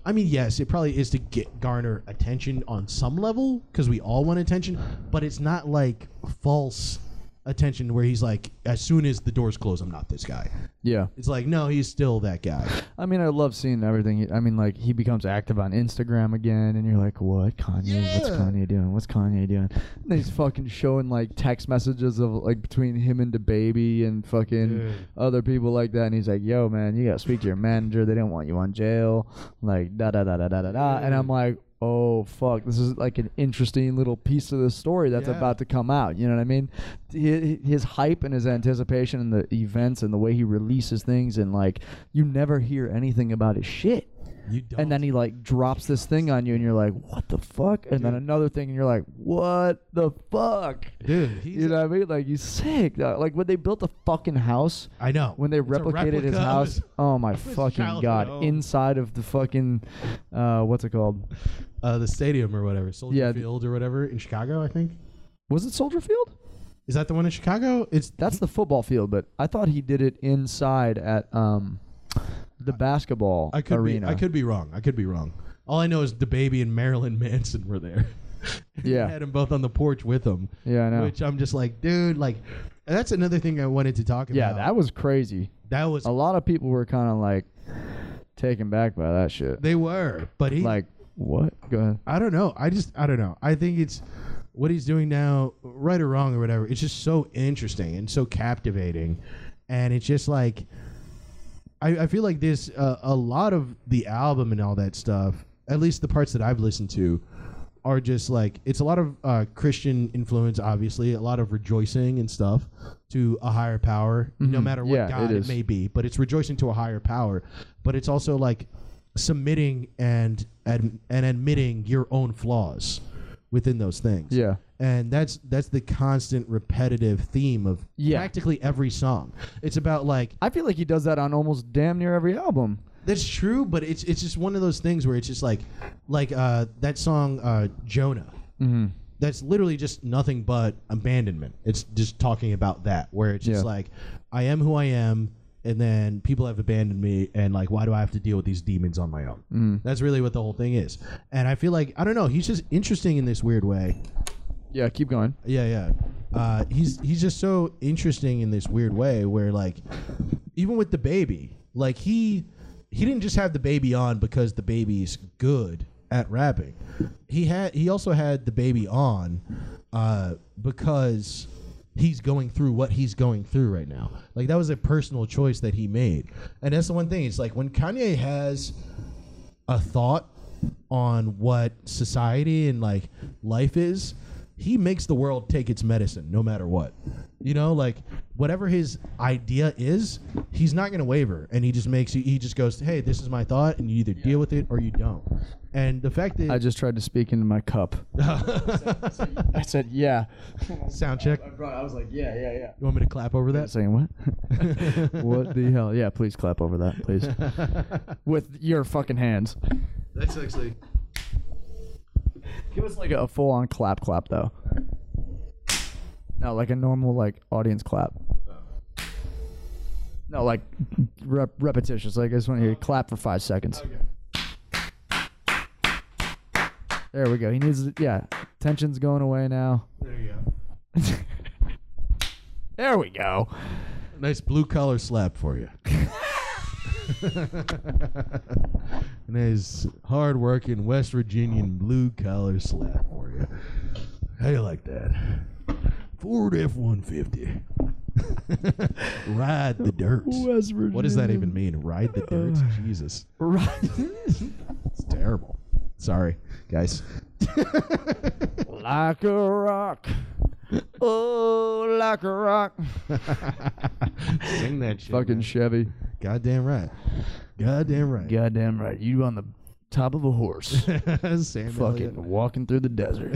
S3: i mean yes it probably is to get garner attention on some level because we all want attention but it's not like false attention where he's like as soon as the doors close i'm not this guy
S1: Yeah.
S3: it's like no he's still that guy
S1: I mean, I love seeing everything. he- I mean, like he becomes active on Instagram again, and you're like, "What, Kanye? What's
S3: Yeah.
S1: Kanye doing? What's Kanye doing?" And then he's fucking showing like text messages of like between him and the baby and fucking
S3: Dude.
S1: other people like that. And he's like, "Yo, man, you gotta speak to your manager. They don't want you on jail." Like da da da da da da da. And I'm like. Oh fuck! This is like an interesting little piece of the story that's
S3: Yeah.
S1: about to come out. You know what I mean? Hi- His hype and his anticipation and the events and the way he releases things and like you never hear anything about his shit.
S3: you don't
S1: And then he like drops this thing on you and you're like, what the fuck? And then another thing and you're like, what the fuck?
S3: dude he's,
S1: You know what I mean? Like he's sick. dog. Like when they built the fucking house,
S3: i know
S1: when they
S3: It's a
S1: replicated his
S3: replica of
S1: house,
S3: his-
S1: oh my
S3: of his
S1: fucking
S3: childhood
S1: god!
S3: home.
S1: Inside of the fucking, uh, what's it called?
S3: uh, the stadium or whatever soldier
S1: Yeah.
S3: field or whatever in chicago i think
S1: Was it Soldier Field?
S3: is that the one in chicago it's
S1: That's the football field, but I thought he did it inside at um, the basketball
S3: I could
S1: arena.
S3: be I could be wrong. I could be wrong. All I know is the baby and Marilyn Manson were there. *laughs* He
S1: Yeah.
S3: had them both on the porch with him.
S1: Yeah, I know.
S3: Which I'm just like, dude, like, and that's another thing I wanted to talk about.
S1: yeah, that was crazy.
S3: that was
S1: a lot of people were kind of like taken back by that shit.
S3: they were, but he
S1: like, what? Go ahead.
S3: I don't know. I just I don't know. I think it's what he's doing now, right or wrong or whatever. It's just so interesting and so captivating, and it's just like I, I feel like this uh, a lot of the album and all that stuff. At least the parts that I've listened to are just like it's a lot of uh, Christian influence, obviously, a lot of rejoicing and stuff to a higher power, no matter what
S1: Mm-hmm. Yeah, it
S3: God it
S1: is.
S3: may may be, but it's rejoicing to a higher power. But it's also like submitting and ad- and admitting your own flaws within those things.
S1: Yeah.
S3: And that's that's the constant repetitive theme of
S1: Yeah.
S3: practically every song. It's about like
S1: I feel like he does that on almost damn near every album.
S3: that's true, but it's it's just one of those things where it's just like like uh, that song uh, Jonah. Mm-hmm. That's literally just nothing but abandonment. It's just talking about that, where it's just
S1: Yeah.
S3: like, I am who I am, and then people have abandoned me, and like, why do I have to deal with these demons on my own? That's really what the whole thing is. And I feel like I don't know. He's just interesting in this weird way.
S1: Yeah, keep going.
S3: Yeah, yeah. Uh, he's he's just so interesting in this weird way where like even with the baby, like he he didn't just have the baby on because the baby's good at rapping. He had he also had the baby on uh, because he's going through what he's going through right now. Like that was a personal choice that he made. And that's the one thing. It's like when Kanye has a thought on what society and like life is he makes the world take its medicine no matter what you know like whatever his idea is he's not going to waver and he just makes he just goes hey this is my thought and you either deal with it or you don't and the fact that
S1: I
S3: *laughs*
S1: just tried to speak into my cup. I said,
S3: *laughs*
S1: yeah.
S3: sound check you
S1: brought, I was like, yeah, yeah, yeah.
S3: want me to clap over that
S1: Saying what? *laughs* what the hell? Yeah, please clap over that,
S3: *laughs*
S1: please. With your fucking hands.
S3: that's actually
S1: Give us like a full on clap clap, though. No, like a normal, like, audience clap.
S3: Oh.
S1: No, like rep- repetitious. Like I just want to hear you clap for five seconds. There we go. He needs. Yeah, tension's going away now. *laughs*
S3: there you go
S1: There we go. *laughs*
S3: nice blue collar slap for you nice hard working West Virginian blue collar slap for you. How you like that? Ford F one fifty. Ride the dirt.
S1: West *laughs*
S3: What does that even mean? Ride the dirt? Jesus.
S1: Right. *laughs*
S3: It's terrible. Sorry, guys.
S1: like a rock. Oh, like a rock.
S3: Sing that shit.
S1: Fucking
S3: man.
S1: Chevy.
S3: Goddamn right. Goddamn right.
S1: Goddamn right. You on the top of a *laughs* horse.
S3: *laughs* Sam Elliott.
S1: fucking walking through the *laughs* desert.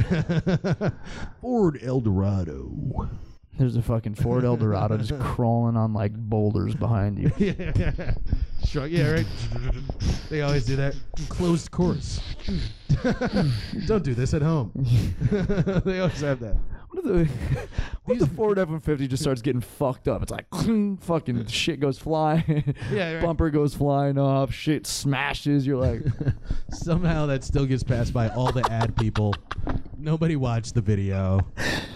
S3: *laughs* Ford Eldorado.
S1: There's a fucking Ford Eldorado *laughs* just crawling on like boulders behind you.
S3: yeah, *laughs* shrug. Yeah, right. they always do that. Closed course. *laughs* Don't do this at home. *laughs* they always have that.
S1: What if the, *laughs* what if the Ford F one fifty just starts getting fucked up? It's like *laughs* fucking shit goes flying,
S3: Yeah, right.
S1: bumper goes flying off, shit smashes. You're *laughs* like,
S3: Somehow that still gets passed by all the ad people. Nobody watched the video.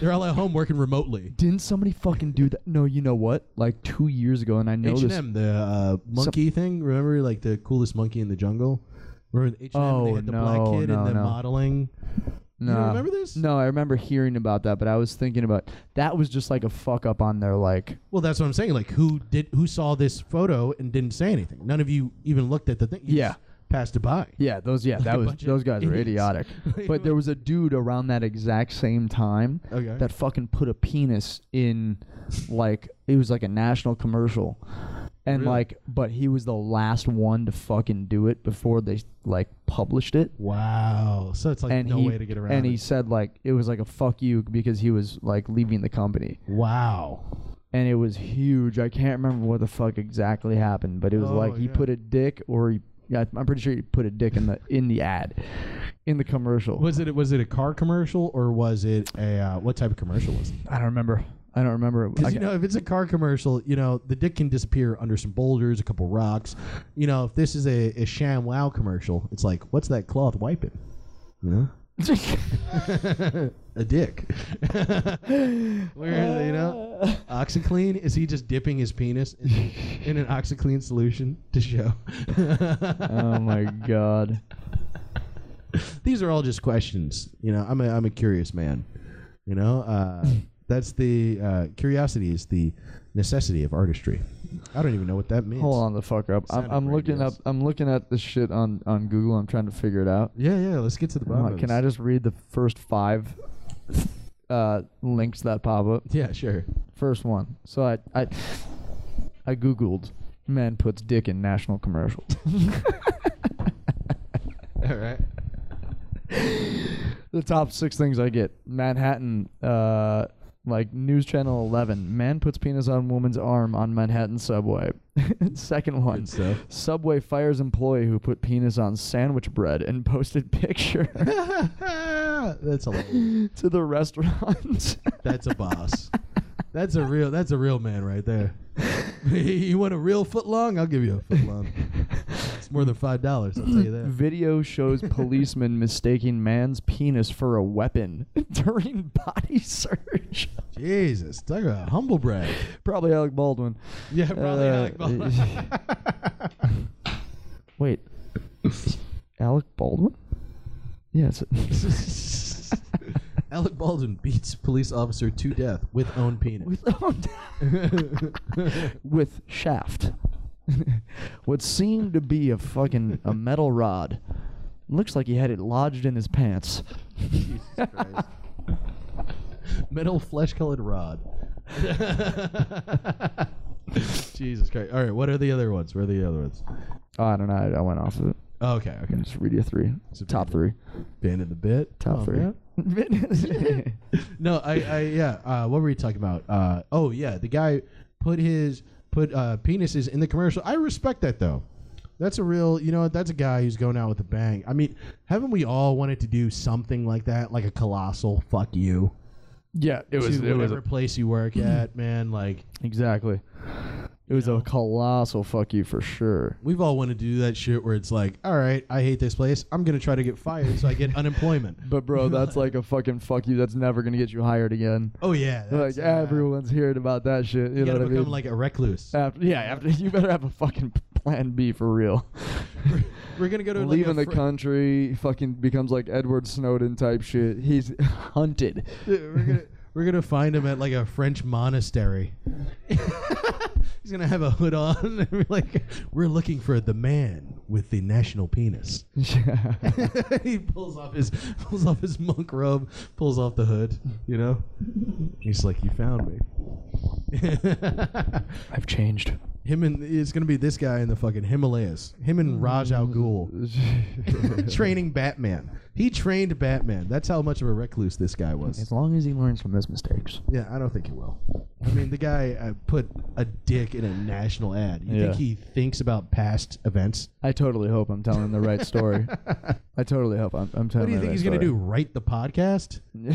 S3: They're all at home working remotely.
S1: didn't somebody fucking do that? No, you know what? Like two years ago, and I know
S3: H and
S1: this.
S3: M, the uh, monkey thing. Remember, like the coolest monkey in the jungle. Remember H and M?
S1: Oh,
S3: they had the
S1: no,
S3: black kid
S1: no,
S3: and the
S1: no.
S3: modeling.
S1: No,
S3: don't remember this?
S1: No, I remember hearing about that, but I was thinking about that was just like a fuck up on their like.
S3: Well, that's what I'm saying. Like, who did who saw this photo and didn't say anything? None of you even looked at the thing. You
S1: Yeah.
S3: just passed it by. *laughs*
S1: Yeah, those yeah,
S3: a
S1: that was
S3: bunch of
S1: those guys were
S3: idiots. *laughs*
S1: idiotic. but there was a dude around that exact same time
S3: Okay.
S1: that fucking put a penis in like it was like a national commercial. And
S3: Really?
S1: like but he was the last one to fucking do it before they like published it.
S3: Wow. So it's like
S1: and
S3: no
S1: he,
S3: way to get around.
S1: And
S3: it.
S1: he said like it was like a fuck you because he was like leaving the company.
S3: wow.
S1: And it was huge. I can't remember what the fuck exactly happened, but it was
S3: Oh,
S1: like he
S3: yeah.
S1: put a dick or he yeah, I'm pretty sure he put a dick in the in the ad, in the commercial.
S3: Was it was it a car commercial or was it a uh, what type of commercial was it?
S1: I don't remember. I don't remember.
S3: Because you know, if it's a car commercial, you know the dick can disappear under some boulders, a couple rocks. You know, if this is a, a sham wow commercial, it's like, what's that cloth wiping? You
S1: *laughs*
S3: know. a dick. Where is it, you know? OxyClean? Is he just dipping his penis in, in an OxyClean solution to show?
S1: *laughs* *laughs* oh my god.
S3: These are all just questions. You know, I'm a I'm a curious man. You
S1: *laughs*
S3: know, uh, that's the uh, curiosity is the necessity of artistry. I don't even know what that means.
S1: Hold on the fuck up. I'm,
S3: Sounded
S1: I'm looking up.
S3: grandiose.
S1: I'm looking at this shit on on Google. I'm trying to figure it out.
S3: Yeah, yeah. Let's get to the
S1: I'm
S3: bottom.
S1: like,
S3: of
S1: can
S3: this.
S1: I just read the first five uh, links that pop up?
S3: Yeah, sure. *laughs*
S1: First one. So I I I googled man puts dick in national commercial.
S3: All right.
S1: the top six things I get. Manhattan, uh, like News Channel 11. Man puts penis on woman's arm on Manhattan subway. *laughs* Second one.
S3: Good stuff. *laughs*
S1: Subway fires employee who put penis on sandwich bread and posted *laughs*
S3: *laughs*
S1: picture
S3: that's hilarious.
S1: to the restaurant.
S3: That's a boss.
S1: *laughs*
S3: That's a real. That's a real man right there. *laughs* you want a real foot long? I'll give you a foot
S1: *laughs*
S3: long. It's more than five dollars. I'll tell you that.
S1: Video
S3: *laughs*
S1: shows policeman mistaking man's penis for a weapon *laughs* during body *laughs* search.
S3: Jesus, talk about humble brag.
S1: Probably Alec Baldwin.
S3: Yeah, probably
S1: Uh,
S3: Alec Baldwin.
S1: Wait. Alec Baldwin? Yes.
S3: *laughs* Alec Baldwin beats police officer to death with own penis.
S1: *laughs* with,
S3: *laughs*
S1: with shaft. *laughs* what seemed to be a fucking a metal rod. Looks like he had it lodged in his pants.
S3: Jesus Christ. Metal flesh colored rod. *laughs* Jesus Christ. All right, what are the other ones? Where are the other ones?
S1: *laughs* Oh, I don't know. I, I went off of it.
S3: Oh, okay, okay.
S1: Just read you three.
S3: It's a
S1: Top
S3: big-
S1: three.
S3: Band in the bit.
S1: Top
S3: Oh,
S1: three.
S3: man. No, I, I yeah. Uh, what were we talking about? Uh, oh yeah, the guy put his put uh, penises in the commercial. I respect that though. That's a real, you know, what, that's a guy who's going out with a bang. I mean, haven't we all wanted to do something like that, like a colossal fuck you
S1: *laughs* yeah, it
S3: to whatever place you
S1: *clears throat*
S3: work at, man? Like
S1: exactly. It was a colossal fuck you for sure.
S3: we've all wanted to do that shit where it's like, all right, I hate this place. I'm gonna try to get fired so I get *laughs* unemployment.
S1: But bro, that's like a fucking fuck you. That's never gonna get you hired again.
S3: *laughs* Oh yeah,
S1: *laughs* Like
S3: that's, uh,
S1: everyone's hearing about that shit. You,
S3: You
S1: know
S3: gotta
S1: what I
S3: become
S1: mean?
S3: like a recluse.
S1: After, yeah, after *laughs* you better have a fucking plan B for real.
S3: We're gonna go to like,
S1: Leaving
S3: a
S1: the
S3: fr-
S1: country, fucking becomes like Edward Snowden type shit. He's *laughs* hunted.
S3: Dude, we're gonna *laughs* we're gonna find him at like a French monastery. *laughs* He's gonna have a hood on. and we're like, we're looking for the man with the national penis. *laughs*
S1: Yeah. *laughs*
S3: he pulls off his pulls off his monk robe, pulls off the hood. You know, he's like, "You found me." *laughs*
S1: I've changed.
S3: Him and it's gonna be this guy in the fucking Himalayas. Him and Raj Al Ghul
S1: *laughs*
S3: training Batman. He trained Batman. That's how much of a recluse this guy
S1: as
S3: was.
S1: long as he learns from his mistakes.
S3: Yeah, I don't think he will. I mean, the guy uh, put a dick in a national ad. You
S1: Yeah.
S3: think he thinks about past events?
S1: I totally hope I'm telling the right
S3: *laughs*
S1: story. I totally hope I'm, I'm
S3: What
S1: telling
S3: do you
S1: the
S3: think
S1: right
S3: he's
S1: story.
S3: gonna do? Write
S1: *laughs*
S3: the podcast? *laughs*
S1: yeah.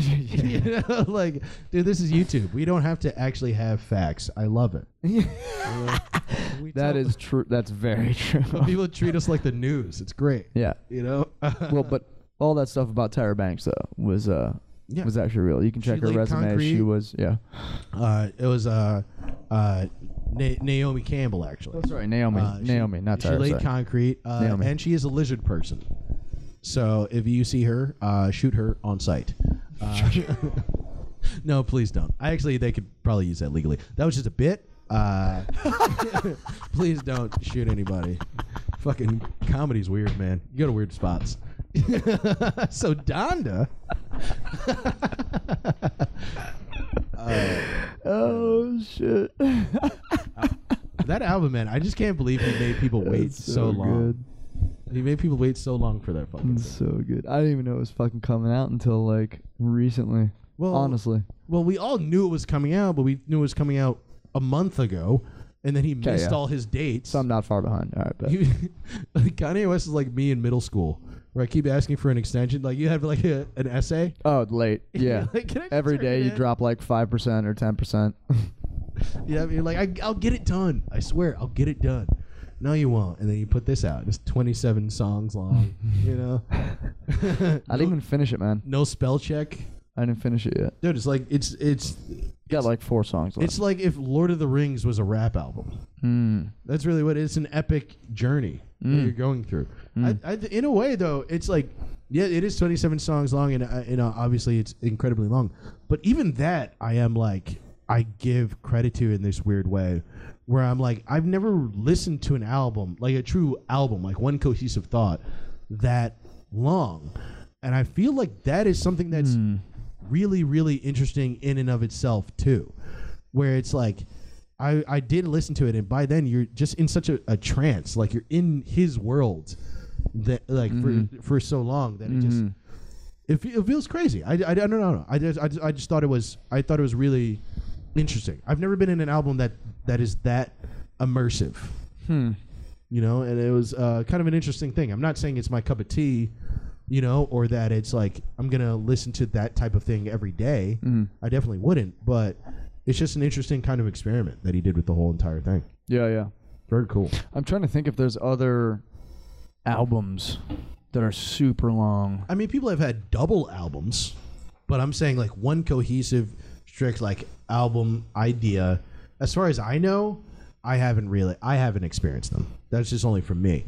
S1: *laughs*
S3: you *laughs* know, like, dude, this is YouTube. We don't have to actually have facts. I
S1: *laughs*
S3: love it. We
S1: That
S3: tell-
S1: is true. That's very *laughs* true.
S3: people treat us like the news. It's great.
S1: yeah.
S3: You know.
S1: Well, but all that stuff about Tyra Banks though was uh
S3: Yeah.
S1: was actually real. You can
S3: She
S1: check her
S3: laid
S1: resume.
S3: concrete.
S1: She was yeah.
S3: *laughs* uh, it was uh, uh, Na- Naomi Campbell actually.
S1: That's right, Naomi.
S3: Uh, she-
S1: Naomi, not
S3: she
S1: Tyra.
S3: laid
S1: sorry.
S3: concrete, uh,
S1: Naomi.
S3: and she is a lizard person. So if you see her, uh, shoot her on sight. Uh, *laughs* no, please don't. I actually, they could probably use that legally. That was just a bit. Uh, *laughs* please don't shoot anybody. Fucking comedy's weird, man. You go to weird spots. *laughs* so Donda. *laughs* Uh,
S1: oh shit. *laughs*
S3: that album, man. I just can't believe he made people wait
S1: It's
S3: so,
S1: so
S3: long.
S1: good.
S3: He made people wait so long for that fucking.
S1: It's
S3: Thing.
S1: so good. I didn't even know it was fucking coming out until like recently.
S3: Well,
S1: honestly.
S3: Well, we all knew it was coming out, but we knew it was coming out a month ago, and then he missed
S1: yeah.
S3: all his dates. *laughs*
S1: So I'm not far behind. All right, but
S3: He- Kanye West is like me in middle school, where I keep asking for an extension. Like you have like a, an essay. *laughs*
S1: oh, late. Yeah.
S3: Like, *laughs* can I just
S1: Every
S3: turn
S1: day
S3: it
S1: you
S3: in?
S1: drop like 5% or 10%. *laughs*
S3: Yeah, you're like I, I'll get it done. I swear, I'll get it done. No, you won't. And then you put this out. It's 27
S1: *laughs*
S3: songs long. you know, *laughs*
S1: I didn't even finish it, man.
S3: no spell check,
S1: I didn't finish it yet.
S3: dude. It's like it's it's
S1: Got like four songs left. Hmm.
S3: It's like if Lord of the Rings was a rap album. That's really what it is. It's an epic journey that you're going through. I, I, in a way, though, it's like, yeah, it is 27 songs long, and uh, you know, obviously, it's incredibly long. But even that, I am like, I give credit to in this weird way, where I'm like, I've never listened to an album like a true album, like one cohesive thought, that long, and I feel like that is something that's really, really interesting in and of itself too, where it's like. I, I did listen to it, and by then you're just in such a, a trance, like you're in his world, that like for for so long that it just
S1: Hmm. Mm-hmm.
S3: it, fe- it feels crazy. I, I, I don't know. I just, I just I just thought it was I thought it was really interesting. I've never been in an album that that is that immersive.
S1: Hmm.
S3: You know, and it was uh, kind of an interesting thing. I'm not saying it's my cup of tea, you know, or that it's like I'm gonna listen to that type of thing every day. I definitely wouldn't, but it's just an interesting kind of experiment that he did with the whole entire thing.
S1: Yeah, yeah.
S3: Very cool.
S1: I'm trying to think if there's other albums that are super long.
S3: I mean, people have had double albums, but I'm saying like one cohesive, strict like album idea. As far as I know, I haven't really, I haven't experienced them. That's just only from me.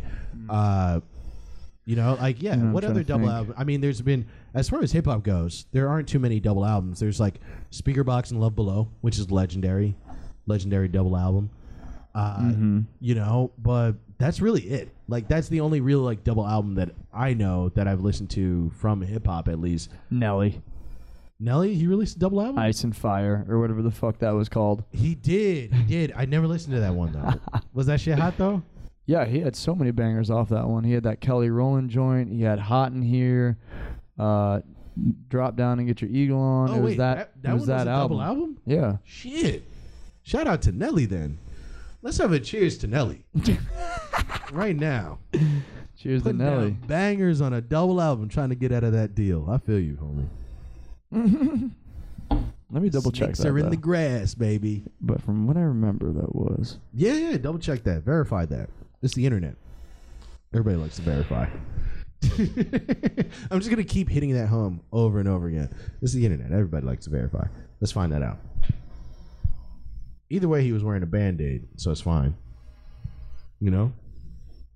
S3: Uh, you know, like yeah,
S1: I'm
S3: what
S1: trying
S3: other
S1: to
S3: double
S1: think.
S3: album? I mean, there's been as far as hip hop goes, there aren't too many double albums. There's like Speaker Box and Love Below, which is legendary, legendary double album. Uh, You know, but that's really it. Like that's the only real like double album that I know that I've listened to from hip hop at least.
S1: Nelly,
S3: Nelly, he released a double album.
S1: Ice and Fire, or whatever the fuck that was called.
S3: he did, he did. I never listened to that
S1: *laughs*
S3: one though. Was that shit hot though?
S1: Yeah, he had so many bangers off that one. He had that Kelly Rowland joint. He had Hot in Here. Uh, Drop down and get your eagle on.
S3: Oh
S1: it was
S3: wait,
S1: that.
S3: that,
S1: it
S3: that
S1: was
S3: one
S1: that
S3: was a
S1: album.
S3: double album.
S1: Yeah.
S3: Shit. Shout out to Nelly then. Let's have a cheers
S1: *laughs*
S3: to Nelly. right now.
S1: Cheers to
S3: Putting down
S1: Nelly.
S3: bangers on a double album trying to get out of that deal. I feel you, homie.
S1: Let me double check
S3: Snakes
S1: that.
S3: are in
S1: though.
S3: the grass, baby.
S1: but from what I remember, that was
S3: Yeah, yeah, double check that. Verify that. It's the internet. Everybody likes to verify. *laughs* I'm just gonna keep hitting that home over and over again. It's the internet. Everybody likes to verify. Let's find that out. Either way, he was wearing a band-aid, so it's fine. You know?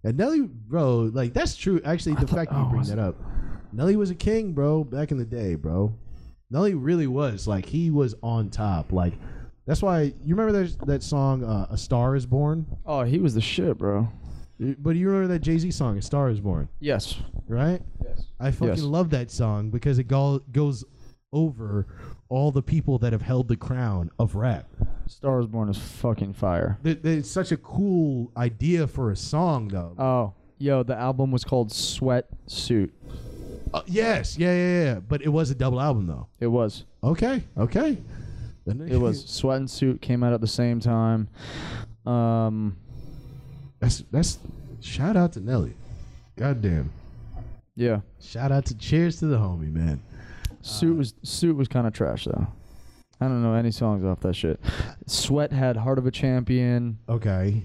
S3: And Nelly, bro, like that's true. Actually, the fact that you
S1: oh,
S3: bring
S1: was
S3: that up. Nelly was a king, bro, back in the day, bro. Nelly really was. Like he was on top. Like that's why you remember that that song uh, "A Star Is Born."
S1: Oh, he was the shit, bro.
S3: But you remember that Jay Z song, "A Star Is Born,"
S1: Yes.
S3: right? Yes. I fucking
S1: Yes.
S3: love that song because it go- goes over all the people that have held the crown of rap.
S1: Star is Born is fucking fire.
S3: Th- th- It's such a cool idea for a song, though.
S1: Oh, yo, the album was called Sweat Suit.
S3: Uh, yes, yeah, yeah, yeah. But it was a double album, though.
S1: It was.
S3: Okay, okay. Then
S1: It
S3: *laughs*
S1: was. Sweat and Suit came out at the same time. Um,
S3: That's that's. Shout out to Nelly. Goddamn.
S1: yeah.
S3: Shout out to Cheers to the homie, man.
S1: Suit was Suit was kind of trash though. I don't know any songs off that shit. Sweat had Heart of a Champion,
S3: Okay,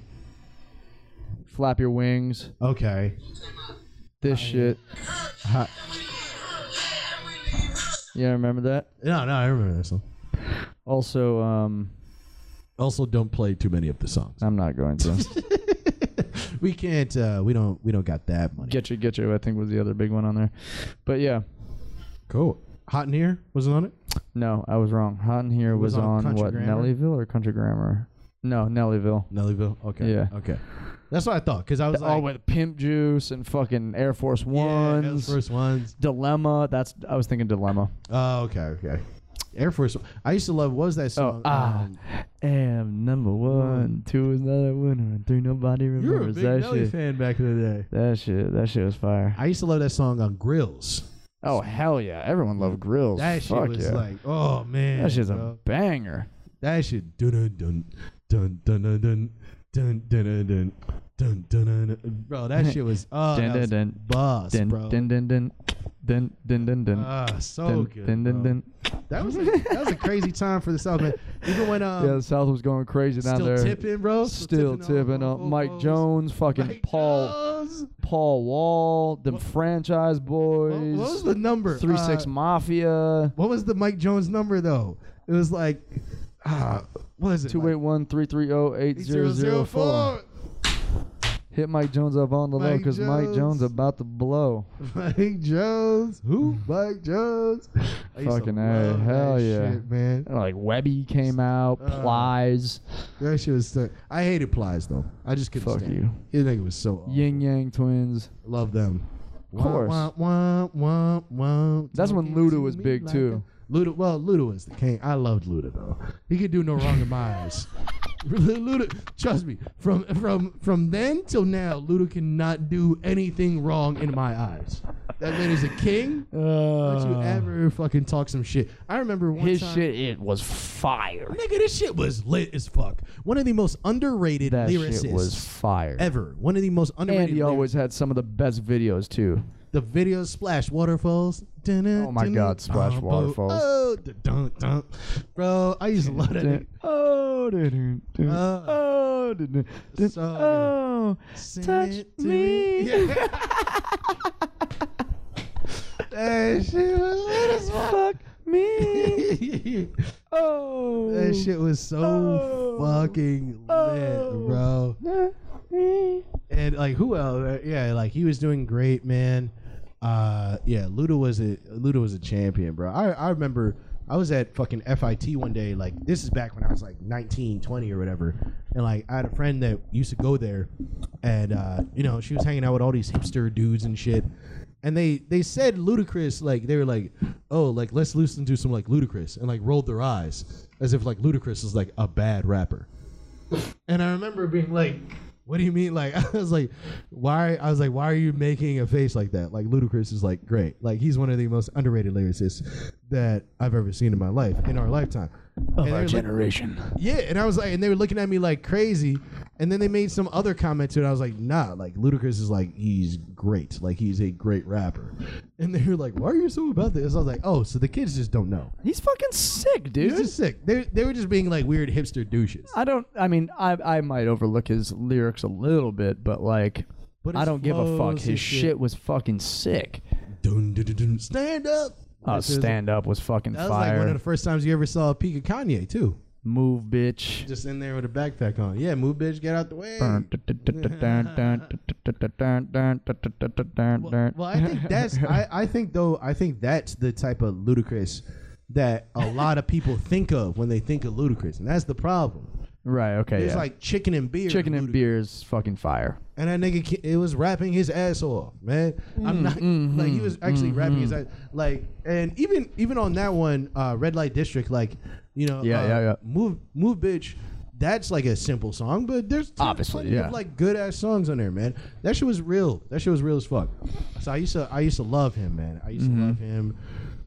S1: Flap Your Wings,
S3: okay.
S1: this shit.
S3: Hi-
S1: Yeah, remember that?
S3: No, no, I remember this one.
S1: Also, um,
S3: Also, don't play too many of the songs.
S1: I'm not going to.
S3: We can't. Uh, we don't. We don't got that money.
S1: Get You, Get You, I think was the other big one on there. But yeah,
S3: cool. Hot in here wasn't on it.
S1: no, I was wrong. Hot in Here
S3: was
S1: was,
S3: on
S1: on,
S3: Country
S1: what,
S3: Grammar?
S1: Nellyville or Country Grammar? No, Nellyville.
S3: Nellyville. Okay.
S1: Yeah.
S3: Okay. That's what I thought because I was like,
S1: oh, with Pimp Juice and fucking Air Force
S3: yeah, those
S1: Ones.
S3: first ones.
S1: Dilemma. That's I was thinking Dilemma.
S3: Oh, okay, okay. Air Force. One. I used to love. What was that song?
S1: Oh,
S3: Um,
S1: ah. Am number one, two is not a winner, and three nobody
S3: you were a
S1: remembers
S3: big
S1: that
S3: Nelly
S1: shit.
S3: fan back in the day.
S1: That shit, that shit was fire.
S3: I used to love that song on Grills.
S1: oh hell yeah, everyone loved grills.
S3: That shit
S1: Oh, Fuck
S3: was
S1: yeah.
S3: like, oh man,
S1: that shit's a
S3: bro.
S1: banger.
S3: that shit. Dun dun dun dun dun dun dun dun dun dun dun dun dun. dun. Bro, that
S1: *laughs*
S3: shit was oh,
S1: Dun,
S3: that was
S1: dun, dun.
S3: bus,
S1: Din
S3: bro.
S1: din din din din din din din.
S3: Ah, so
S1: Din,
S3: good.
S1: din, din,
S3: bro.
S1: din.
S3: That was a, that was a crazy time for the South, man. Even when um,
S1: yeah, the South was going crazy down
S3: still
S1: there.
S3: tipping, bro.
S1: Still tipping
S3: on
S1: up. Mike Jones, fucking
S3: Mike
S1: Paul,
S3: Jones.
S1: Paul Wall, them franchise boys.
S3: What, what was the number?
S1: Three
S3: Uh,
S1: Six Mafia,
S3: What was the Mike Jones number though? It was like, ah, what is it?
S1: two eight one three three zero eight zero zero four.
S3: 8004.
S1: Hit Mike Jones up on the low
S3: Mike
S1: because Mike
S3: Jones.
S1: Jones about to blow.
S3: *laughs* Mike Jones. Who? Mike Jones. I used to
S1: Fucking A.
S3: love
S1: Hell
S3: that
S1: yeah.
S3: shit, man.
S1: Like Webby came out,
S3: Uh,
S1: Plies,
S3: That shit was. Sick. I hated Plies though. I just couldn't
S1: Fuck
S3: stand
S1: you.
S3: It. His nigga was so. Awful.
S1: Yin Yang Twins.
S3: Love them.
S1: Of course.
S3: Wah, wah, wah, wah, wah.
S1: That's when
S3: Talking
S1: Luda
S3: to
S1: was
S3: me
S1: big,
S3: like
S1: too.
S3: a- Luda, well, Luda was the king. I loved Luda though. He could do no wrong in my eyes. *laughs* Luda, trust me, from from from then till now, Luda cannot do anything wrong in my eyes. That man is a king. Don't you ever fucking talk some shit. I remember one
S1: Uh, His
S3: time,
S1: shit it was fire.
S3: Nigga, this shit was lit as fuck. One of the most underrated
S1: That
S3: lyricists
S1: shit was fire.
S3: ever. One of the most
S1: and
S3: underrated.
S1: he
S3: lyric-
S1: always had some of the best videos
S3: *laughs*
S1: too.
S3: the video splash waterfalls.
S1: Oh my God, Splash
S3: Oh, bro.
S1: Waterfalls.
S3: Oh, da- dun, dun. bro, I used to love that. nigga.
S1: Oh, didn't, didn't,
S3: Uh,
S1: oh, didn't, didn't,
S3: so good.
S1: oh,
S3: Send
S1: touch
S3: it to
S1: me. *laughs*
S3: Yeah. that shit was lit as
S1: oh, Fuck
S3: *laughs*
S1: me.
S3: fuck.
S1: Oh.
S3: *laughs* that shit was so
S1: Oh.
S3: fucking
S1: Oh.
S3: lit, bro. and like who else? Uh, Yeah, like he was doing great, man. Uh, yeah, Luda was a Luda was a champion, bro. I, I remember I was at fucking FIT one day. Like this is back when I was like 19, 20 or whatever, and like I had a friend that used to go there, and uh, you know she was hanging out with all these hipster dudes and shit. And they, they said ludicrous like they were like, oh like let's listen to some like ludicrous and like rolled their eyes as if like ludicrous is like a bad rapper. And I remember being like, "What do you mean?" Like *laughs* I was like, "Why?" I was like, "Why are you making a face like that?" Like Ludacris is like great. Like he's one of the most underrated lyricists that I've ever seen in my life, in our lifetime, of our
S1: Generation.
S3: yeah, and I was like, and they were looking at me like crazy, and then they made some other comment to it. I was like, nah, like Ludacris is like he's great, like he's a great rapper, and they were like, why are you so about this? I was like, oh, so the kids just don't know.
S1: He's fucking sick, dude.
S3: This is sick. They they were just being like weird hipster douches.
S1: I don't. I mean, I I might overlook his lyrics a little bit, but like,
S3: But
S1: I
S3: his
S1: don't give a fuck.
S3: flows,
S1: His shit. was fucking sick.
S3: Dun, dun, dun, dun. Stand up.
S1: Uh,
S3: This is-
S1: stand up was fucking
S3: That was like
S1: fire.
S3: one of the first times you ever saw a peak of Kanye too.
S1: Move,
S3: *laughs*
S1: bitch.
S3: Just in there with a backpack on. Yeah, move, bitch, get out the way.
S1: Dun, dun, dun, dun, dun, dun, dun, dun, dun, dun, dun, dun, dun, dun, dun,
S3: Well,
S1: dun.
S3: well, I
S1: *laughs*
S3: think that's. I, I think though. I think that's the type of ludicrous that a lot of people think of when they think of ludicrous, and that's the problem.
S1: Right. Okay.
S3: There's
S1: yeah.
S3: like chicken and beer.
S1: chicken and
S3: Luda-
S1: beer is fucking fire.
S3: And that nigga, ki- it was rapping his ass off, man.
S1: Mm,
S3: I'm not like he was actually rapping his ass, like, and even even on that one, uh, Red Light District, like, you know,
S1: Yeah,
S3: uh,
S1: yeah, yeah.
S3: move move, bitch. That's like a simple song, but there's there's
S1: Obviously,
S3: plenty of,
S1: yeah.
S3: like good ass songs on there, man. That shit was real. That shit was real as fuck. So I used to I used to love him, man. I used to love him.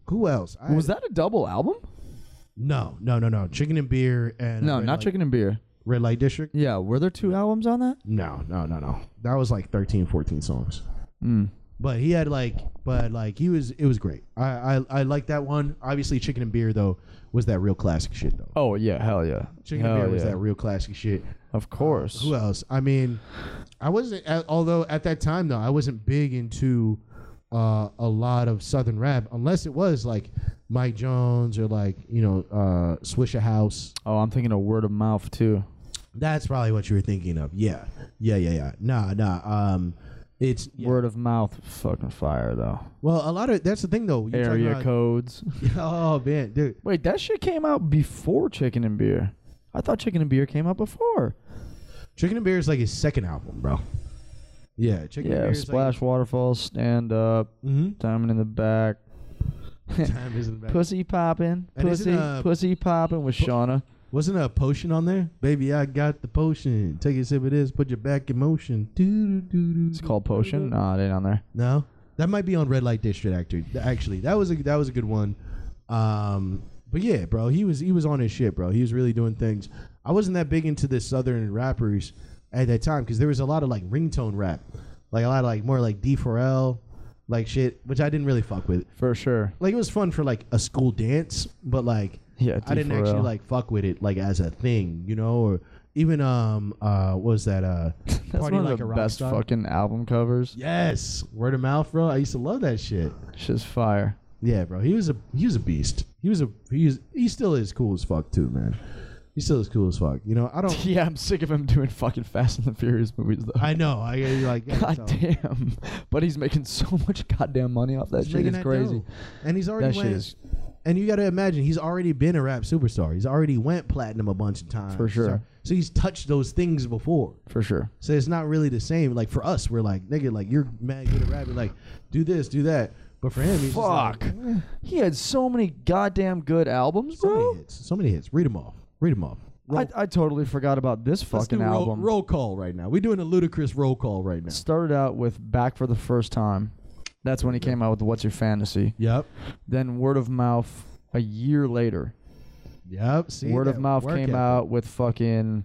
S3: Who else? I,
S1: Mm-hmm. Was that a double album?
S3: no no no no chicken and beer and uh,
S1: No,
S3: Red
S1: not
S3: Light-
S1: chicken and beer.
S3: Red Light District.
S1: Yeah, were there two albums on that?
S3: No, no, no, no. That was like 13, 14 songs.
S1: Mm.
S3: But he had like, but like he was, it was great. I, I, I like that one. Obviously, Chicken and Beer though was that real classic shit though.
S1: Oh yeah, hell yeah.
S3: Chicken
S1: hell
S3: and Beer was
S1: yeah.
S3: that real classic shit.
S1: Of course.
S3: Who else? I mean, I wasn't. a- Although at that time though, I wasn't big into uh, a lot of Southern rap unless it was like Mike Jones or like you know uh, Swisher House.
S1: oh, I'm thinking of word of mouth too.
S3: That's probably what you were thinking of. Yeah, yeah, yeah, yeah. Nah, nah. Um, it's
S1: Word of mouth, fucking fire though.
S3: Well, a lot of that's the thing though. You're talking
S1: Area
S3: about-
S1: codes.
S3: *laughs* Oh man, dude.
S1: Wait, that shit came out before Chicken and Beer. I thought Chicken and Beer came out before.
S3: Chicken and Beer is like his second album, bro. Yeah, Chicken and
S1: yeah,
S3: Beer. is
S1: Splash Waterfall, Stand Up,
S3: Like, mm-hmm.
S1: *laughs* Diamond in the Back,
S3: Time is in the back.
S1: Pussy Poppin',
S3: And isn't,
S1: Pussy,
S3: uh,
S1: Pussy Poppin' with
S3: pu-
S1: Shauna.
S3: Wasn't a potion on there? Baby, I got the potion. Take a sip of this. Put your back in motion. Doo-doo-doo-doo.
S1: It's called Potion. Nah, it ain't on there.
S3: No, that might be on Red Light District. Actually, actually, that was a that was a good one. Um, but yeah, bro, he was he was on his shit, bro. He was really doing things. I wasn't that big into the southern rappers at that time because there was a lot of like ringtone rap, like a lot of like more like D4L, like shit, which I didn't really fuck with.
S1: For sure.
S3: Like it was fun for like a school dance, but like
S1: Yeah,
S3: I didn't
S1: D4L.
S3: actually like fuck with it like as a thing, you know, or even um uh what was that uh
S1: That's one of the best fucking album covers.
S3: Yes, word of mouth, bro. I used to love that shit.
S1: Shit's fire.
S3: Yeah, bro. He was a he was a beast. He was a he was, he still is cool as fuck too, man. He still is cool as fuck. You know, I don't.
S1: *laughs* Yeah, I'm sick of him doing fucking Fast and the Furious movies though. *laughs*
S3: I know. I I, like. I
S1: God
S3: tell.
S1: damn. But he's making so *laughs* much goddamn money off that
S3: He's
S1: shit.
S3: making
S1: It's
S3: that
S1: crazy.
S3: dough. And he's already
S1: That shit
S3: went.
S1: is-
S3: and you got to imagine he's already been a rap superstar. He's already went platinum a bunch of times
S1: For sure.
S3: So- So he's touched those things before.
S1: For sure.
S3: So it's not really the same. Like for us, we're like nigga, like you're mad good at rapping, like do this, do that. But for him, he's just like,
S1: Fuck. He had so many goddamn good albums,
S3: so many
S1: bro.
S3: hits, so many hits. Read them off. Read them off.
S1: I, I totally forgot about this
S3: Let's
S1: fucking
S3: do roll-
S1: album.
S3: Roll, call right now. We're doing a ludicrous roll call right now.
S1: Started out with Back for the First Time. That's when he came out with What's Your Fantasy.
S3: Yep.
S1: Then Word of Mouth a year later.
S3: Yep. See
S1: Word of
S3: that
S1: Mouth
S3: work
S1: came
S3: ethic.
S1: out with fucking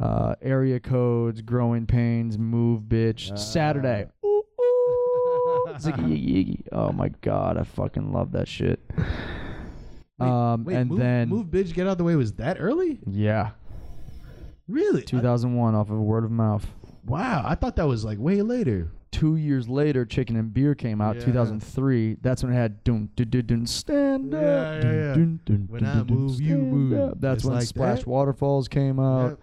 S1: uh, Area Codes, Growing Pains, Move Bitch,
S3: Uh, *laughs*
S1: Saturday. Ooh, ooh. Ziggy, yiggy, yiggy. Oh my god, I fucking love that shit.
S3: Wait,
S1: um,
S3: wait,
S1: and
S3: move,
S1: then
S3: move, bitch, get out the way. Was that early?
S1: yeah,
S3: Really? I-
S1: 2001 off of Word of Mouth.
S3: wow. I thought that was like way later.
S1: Two years later, Chicken and Beer came out.
S3: Yeah.
S1: 2003. That's when it had dun dun dun dun stand up.
S3: Yeah, yeah,
S1: dun,
S3: yeah.
S1: Dun, dun,
S3: When
S1: dun,
S3: I
S1: dun, dun,
S3: move, you
S1: stand
S3: move.
S1: up. That's
S3: Just
S1: when
S3: like that.
S1: Splash Waterfalls came out,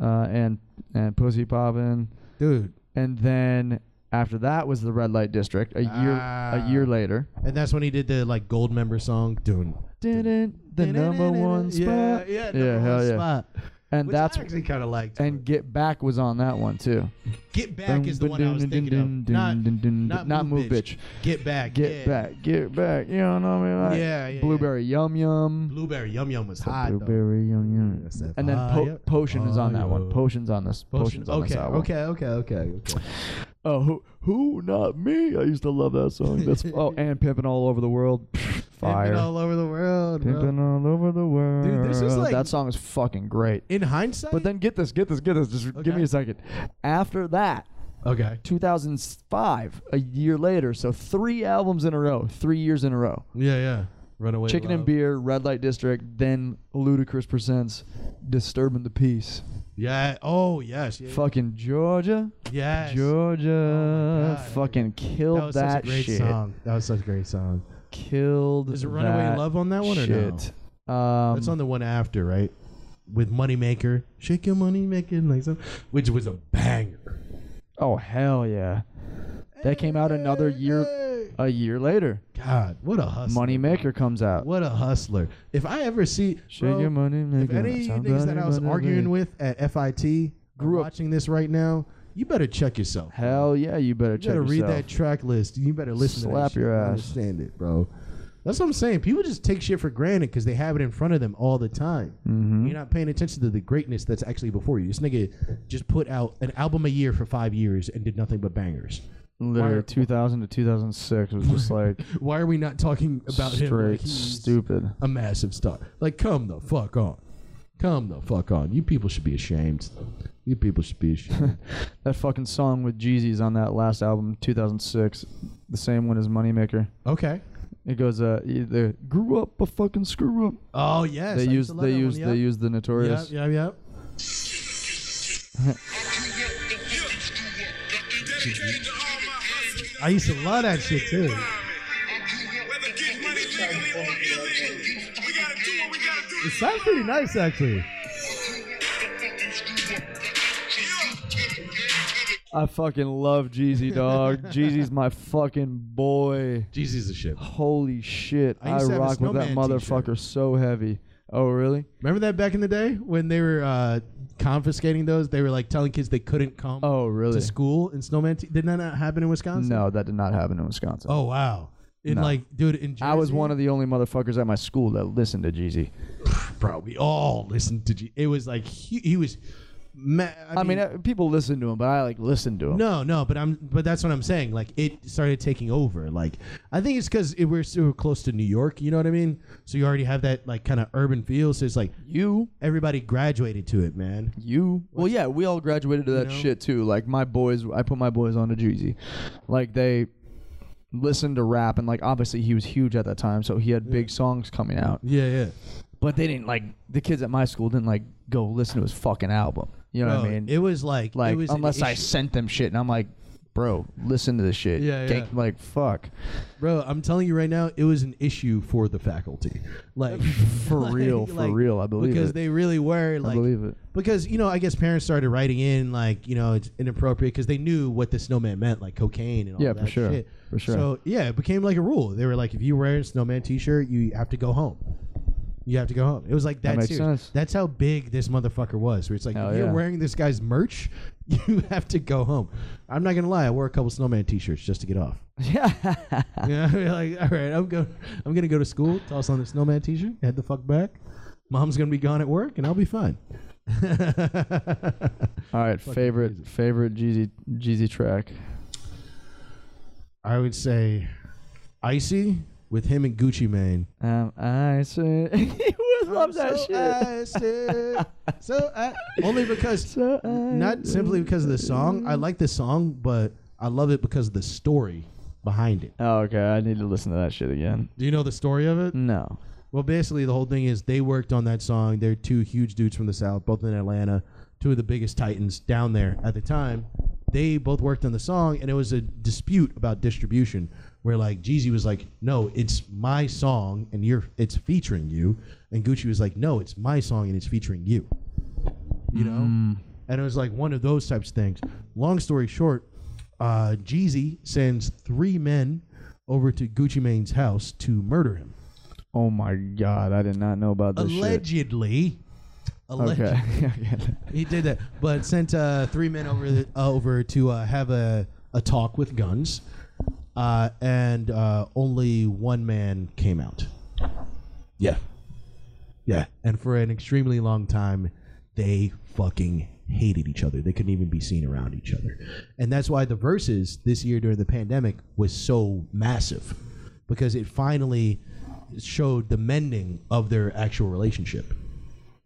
S1: uh, and and Pussy Poppin'.
S3: Dude.
S1: and then after that was the red light district a year a
S3: Ah.
S1: year later
S3: And that's when he did the like gold member song. Dude.
S1: didn't the number one spot
S3: Yeah, yeah,
S1: yeah
S3: number
S1: hell
S3: one
S1: yeah
S3: spot.
S1: and
S3: Which
S1: that's
S3: I actually kind of liked.
S1: and get back was on that one too
S3: Get Back is the one I was thinking of. Not, not,
S1: Not
S3: move,
S1: Move
S3: bitch. Get Back.
S1: get
S3: yeah.
S1: back get back you know what i mean like,
S3: Yeah, yeah,
S1: blueberry yum yum
S3: Blueberry Yum Yum was hot. though.
S1: blueberry yum yum
S3: That's that
S1: and then po-
S3: fire.
S1: potion is on that one
S3: Fire.
S1: potion's on this
S3: Potion-
S1: potion's on this album.
S3: okay, okay, okay.
S1: Oh, who, who, not me. I used to love that song. That's
S3: *laughs*
S1: oh, and pimping all over the world, fire.
S3: Pimping all over the world, bro.
S1: Pimping all over the world.
S3: Dude, this is like-
S1: that song is fucking great.
S3: In hindsight,
S1: But then get this, get this, get this. Just give me
S3: Okay.
S1: a second. After that,
S3: okay,
S1: 2005, a year later, so three albums in a row, three years in a row.
S3: yeah, yeah. Runaway.
S1: Chicken and
S3: Love.
S1: Beer, Red Light District, then Ludacris presents Disturbing the Peace.
S3: Yeah. Oh yes. Yeah.
S1: Fucking Georgia,
S3: Yes. Oh
S1: Georgia,
S3: God.
S1: fucking killed that,
S3: That was such a great
S1: shit.
S3: song. That was such a great song.
S1: Killed.
S3: Is it Runaway
S1: that
S3: Love on that one or no?
S1: shit. no? Um,
S3: That's on the one after, right? With Moneymaker, shake your money making like some, which was a banger.
S1: Oh hell yeah! That came out another year,
S3: Hey.
S1: a year later,
S3: God, what a hustler.
S1: Moneymaker comes out.
S3: What a hustler. If I ever see
S1: Shake
S3: bro,
S1: your money,
S3: if
S1: maker.
S3: any niggas that I was arguing with at FIT grew
S1: Grew up-
S3: watching this right now, you better check yourself.
S1: Hell yeah, you better
S3: You
S1: check
S3: better read
S1: yourself.
S3: that track list. You better listen to that
S1: Slap
S3: shit
S1: your
S3: and
S1: ass.
S3: Understand it, bro. That's what I'm saying. People just take shit for granted because they have it in front of them all the time.
S1: Hmm? Mm-hmm.
S3: You're not paying attention to the greatness that's actually before you. This nigga just put out an album a year for five years and did nothing but bangers.
S1: Literally,
S3: Why-
S1: 2000 to 2006 was
S3: *laughs*
S1: just like
S3: Why are we not talking about him?
S1: straight
S3: like he's
S1: stupid.
S3: a massive star. Like, come the fuck on. Come the fuck on. You people should be ashamed. You people should
S1: *laughs*
S3: be ashamed.
S1: That fucking song with Jeezy's on that last album, 2006, the same one as Moneymaker.
S3: okay.
S1: It goes, uh, either grew up a fucking screw up.
S3: Oh yes.
S1: They
S3: I
S1: use
S3: used to love
S1: they
S3: that one.
S1: use
S3: Yep.
S1: they use the
S3: Yep.
S1: notorious.
S3: Yep. Yep. I used to love that shit too.
S5: Whether getting money legally or illegally, we gotta do what we gotta do.
S3: It sounds pretty nice actually.
S1: I fucking love Jeezy,
S3: *laughs*
S1: dog. Jeezy's my fucking boy.
S3: Jesus the shit.
S1: Holy shit.
S3: I
S1: I,
S3: used to have a
S1: rock with that
S3: snowman
S1: motherfucker so heavy. Oh, really?
S3: *gasps* Remember that back in the day when they were uh, confiscating those? They were like telling kids they couldn't come
S1: Oh, really?
S3: to school in snowman. T- Did that not happen in Wisconsin?
S1: No, that did not happen in Wisconsin.
S3: Oh wow. In
S1: No.
S3: like, dude, in Jersey,
S1: I was one of the only motherfuckers at my school that listened to Jeezy.
S3: bro. We all listened to. G- it was like he, he was. Ma-
S1: I mean, uh people listen to him, but I like listened to him.
S3: no, no, but I'm, but that's what I'm saying. Like it started taking over. Like I think it's because it, we're so close to New York. You know what I mean? So you already have that like kind of urban feel. So it's like
S1: You,
S3: everybody graduated to it, man.
S1: you. Well, yeah, we all graduated to that
S3: know?
S1: shit too. Like my boys, I put my boys on to Jeezy. Like they listened to rap, and like obviously he was huge at that time, so he had big songs coming out.
S3: Yeah, yeah.
S1: But they didn't like the kids at my school didn't like go listen to his fucking album. You know
S3: Bro,
S1: what I mean?
S3: it was like,
S1: like
S3: it was an
S1: unless I
S3: issue.
S1: sent them shit, and I'm like, bro, listen to this shit.
S3: Yeah,
S1: Gank-
S3: yeah.
S1: Like fuck,
S3: bro, I'm telling you right now, it was an issue for the faculty. Like
S1: *laughs* for
S3: *laughs* like-
S1: real, for
S3: like,
S1: real. I believe
S3: because
S1: it.
S3: they really were like
S1: believe it.
S3: because you know I guess parents started writing in like you know it's inappropriate because they knew what the snowman meant like cocaine and all
S1: Yeah,
S3: that
S1: for sure,
S3: shit.
S1: for sure.
S3: So yeah, it became like a rule. They were like, if you wear a snowman T-shirt, you have to go home. You have to go home. It was like that.
S1: makes
S3: serious.
S1: sense.
S3: That's how big this motherfucker was. Where it's like,
S1: Hell
S3: if you're
S1: yeah.
S3: wearing this guy's merch, *laughs* you have to go home. I'm not gonna lie. I wore a couple snowman T-shirts just to get off.
S1: yeah.
S3: *laughs* *laughs* Yeah, I mean, like, all right, I'm going. I'm gonna go to school, toss on the snowman T-shirt, head the fuck back. Mom's gonna be gone at work, and I'll be fine. *laughs*
S1: All right, favorite
S3: crazy.
S1: favorite Jeezy Jeezy track.
S3: I would say, icy with him and Gucci Mane.
S1: Um,
S3: *laughs*
S1: I say you would love that
S3: so
S1: shit. *laughs*
S3: icy, so I, only because
S1: So
S3: not
S1: icy.
S3: simply because of the song. I like the song, but I love it because of the story behind it.
S1: Oh, okay, I need to listen to that shit again.
S3: Do you know the story of it?
S1: No.
S3: Well, basically, the whole thing is they worked on that song. They're two huge dudes from the South, both in Atlanta, two of the biggest titans down there at the time. They both worked on the song, and it was a dispute about distribution where, like, Jeezy was like, No, it's my song, and you're it's featuring you. And Gucci was like, No, it's my song, and it's featuring you. You know? And it was like one of those types of things. Long story short, uh, Jeezy sends three men over to Gucci Mane's house to murder him
S1: Oh my god, I did not know about this shit.
S3: allegedly. Allegedly.
S1: Okay. *laughs* Okay.
S3: He did that, but sent uh, three men over the, over to uh, have a, a talk with guns, uh, and uh, only one man came out. Yeah, yeah. And for an extremely long time, they fucking hated each other. They couldn't even be seen around each other, and that's why the verses this year during the pandemic was so massive, because it finally showed the mending of their actual relationship.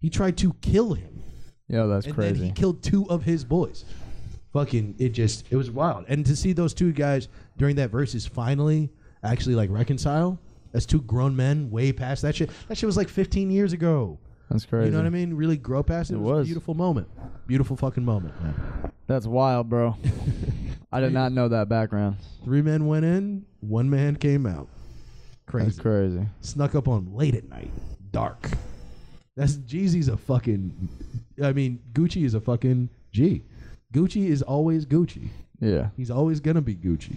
S3: He tried to kill him
S1: Yo, that's
S3: and then he
S1: crazy.
S3: killed two of his boys. Fucking, it just, it was wild. And to see those two guys during that versus finally actually like reconcile as two grown men, way past that shit. That shit was like 15 years ago.
S1: That's crazy.
S3: You know what I mean? Really grow past it. It, was, a
S1: was.
S3: beautiful moment. Beautiful fucking moment. man.
S1: That's wild, *laughs* bro. I did not know that background.
S3: Three men went in, one man came out.
S1: That's
S3: Crazy.
S1: crazy.
S3: Snuck up on him late at night, dark. That's Jeezy's a fucking. I mean, Gucci is a fucking G. Gucci is always Gucci.
S1: Yeah.
S3: He's always gonna be Gucci,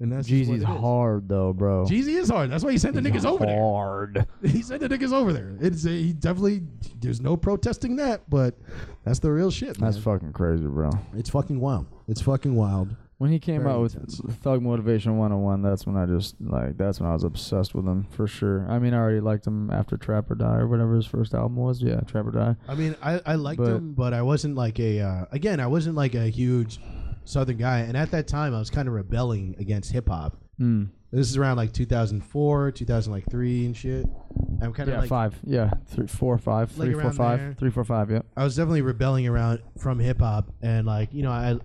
S3: and that's just what
S1: Jeezy's
S3: it is.
S1: hard though, bro.
S3: Jeezy is hard. That's why he sent the niggas over there.
S1: hard.
S3: *laughs* He sent the niggas over there. It's he definitely. There's no protesting that, but that's the real shit. Man.
S1: That's fucking crazy, bro.
S3: it's fucking wild. It's fucking wild.
S1: When he came
S3: Very
S1: out with
S3: intense.
S1: Thug Motivation 101, that's when I just like that's when I was obsessed with him for sure. I mean, I already liked him after Trap or Die or whatever his first album was. Yeah, Trap or Die.
S3: I mean, I, I liked
S1: But-
S3: him, but I wasn't like a uh, again, I wasn't like a huge Southern guy, and at that time, I was kind of rebelling against hip hop.
S1: Hmm.
S3: This is around like 2004, 2003, and shit. I'm kind of
S1: Yeah,
S3: like
S1: five. Yeah, three, four, five,
S3: Like
S1: three, four,
S3: around
S1: five,
S3: there.
S1: three, four, five. Yep.
S3: I was definitely rebelling around from hip hop, and like you know, I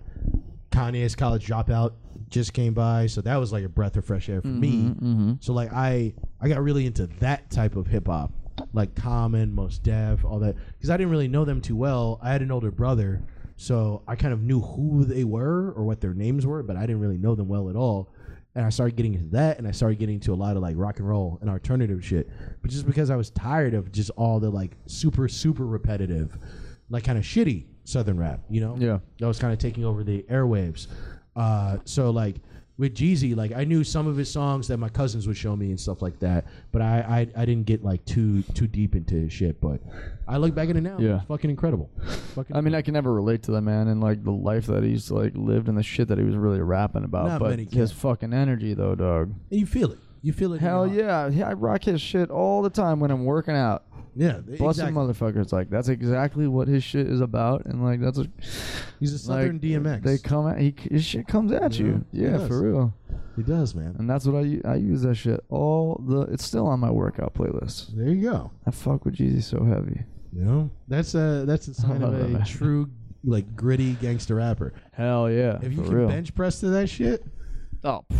S3: Kanye's college dropout just came by, so that was like a breath of fresh air for me. So like I I got really into that type of hip hop, like Common, Most Def, all that, because I didn't really know them too well. I had an older brother, so I kind of knew who they were or what their names were, but I didn't really know them well at all. And I started getting into that, and I started getting into a lot of like rock and roll and alternative shit, but just because I was tired of just all the like super super repetitive, like kind of shitty southern rap, you know?
S1: Yeah.
S3: that was kind of taking over the airwaves. Uh, so like with Jeezy, like I knew some of his songs that my cousins would show me and stuff like that, but I I, I didn't get like too too deep into his shit. But I look back at it now,
S1: Yeah.
S3: it's fucking incredible. Fucking
S1: I mean, I can never relate to that man and like the life that he's like lived and the shit that he was really rapping about.
S3: Not
S1: but
S3: many
S1: his
S3: can.
S1: fucking energy though, dog.
S3: and you feel it, you feel it. in
S1: Hell
S3: your heart.
S1: yeah, yeah, I rock his shit all the time when I'm working out.
S3: yeah,
S1: Busting
S3: exactly.
S1: motherfuckers, like that's exactly what his shit is about, and like that's a
S3: He's a
S1: like,
S3: southern DMX.
S1: They come at he, his shit comes at
S3: Yeah,
S1: you.
S3: it
S1: Yeah,
S3: does.
S1: for real.
S3: he does, man.
S1: And that's what I u- I use that shit all the. It's still on my workout playlist.
S3: There you go.
S1: I fuck with Jeezy so heavy.
S3: You know, that's a
S1: *laughs*
S3: that's a sign of
S1: love that
S3: a
S1: man.
S3: true like gritty gangster rapper.
S1: Hell yeah,
S3: If you
S1: for
S3: can
S1: real.
S3: bench press to that shit,
S1: oh, pff,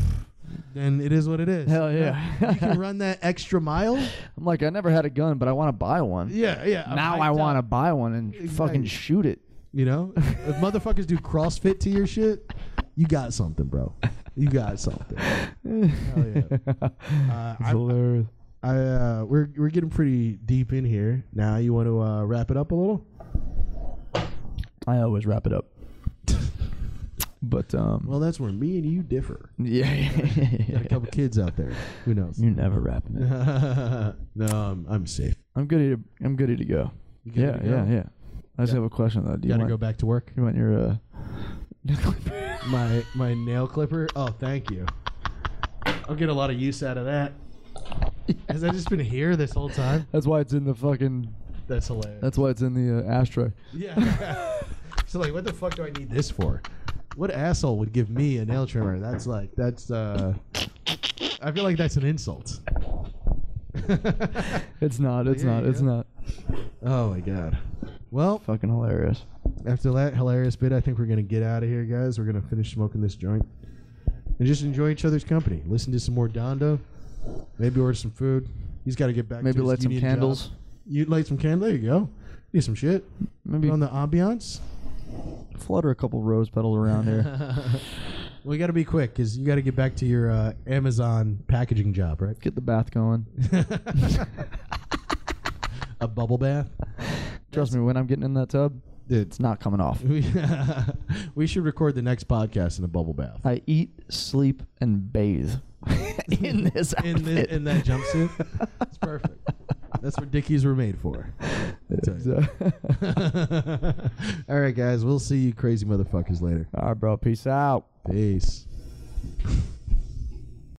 S3: then it is what it
S1: *laughs*
S3: is.
S1: hell yeah.
S3: you can run that extra mile.
S1: I'm like I never had a gun, but I want to buy one.
S3: Yeah, yeah. I'm
S1: now
S3: hyped
S1: I
S3: up,
S1: want to buy one and fucking
S3: Exactly.
S1: shoot it.
S3: You know, *laughs* if motherfuckers do CrossFit to your shit, you got something, bro. You got something. Hell *laughs* yeah. Uh, I'm-
S1: hilarious.
S3: I, uh, we're we're getting pretty deep in here now. You want to uh, wrap it up a little?
S1: I always wrap it up. *laughs* but um,
S3: Well, that's where me and you differ.
S1: yeah, *laughs*
S3: Got a couple kids out there. Who knows?
S1: you're never wrapping it.
S3: *laughs* no, I'm, I'm safe.
S1: I'm goody. To, I'm goody to go.
S3: good
S1: yeah,
S3: to go?
S1: yeah, yeah. I just have a question though. Do you
S3: Got to
S1: want
S3: go back to work.
S1: you want your uh?
S3: My my nail clipper. Oh, thank you. I'll get a lot of use out of that. Has I just been here this whole time?
S1: *laughs* That's why it's in the fucking.
S3: That's hilarious.
S1: That's why it's in the uh, ashtray.
S3: Yeah. *laughs* so like, what the fuck do I need this for? What asshole would give me a nail trimmer? That's like, that's. uh I feel like that's an insult. *laughs*
S1: It's not. It's
S3: Yeah,
S1: not.
S3: yeah.
S1: It's not.
S3: oh my god. Well,
S1: Fucking hilarious.
S3: after that hilarious bit, I think we're gonna get out of here, guys. We're gonna finish smoking this joint and just enjoy each other's company. Listen to some more Dondo. Maybe order some food. He's got to get back.
S1: Maybe
S3: to his
S1: light some
S3: union job.
S1: candles.
S3: You light some candle. There you go. Do some shit.
S1: Maybe
S3: Put on the ambiance.
S1: flutter a couple rose petals around *laughs* here.
S3: We got to be quick because you got to get back to your uh, Amazon packaging
S1: *laughs*
S3: job, right?
S1: Get the bath going.
S3: A bubble bath.
S1: Trust me, when I'm getting in that tub,
S3: Dude,
S1: it's not coming off.
S3: *laughs* we, we should record the next podcast in a bubble bath.
S1: I eat, sleep, and bathe *laughs* in this outfit.
S3: In, the, in that jumpsuit.
S1: *laughs*
S3: It's perfect. That's what dickies were made for.
S1: *laughs* All
S3: *laughs* All right, guys. We'll see you crazy motherfuckers later.
S1: right, bro. Peace out.
S3: Peace.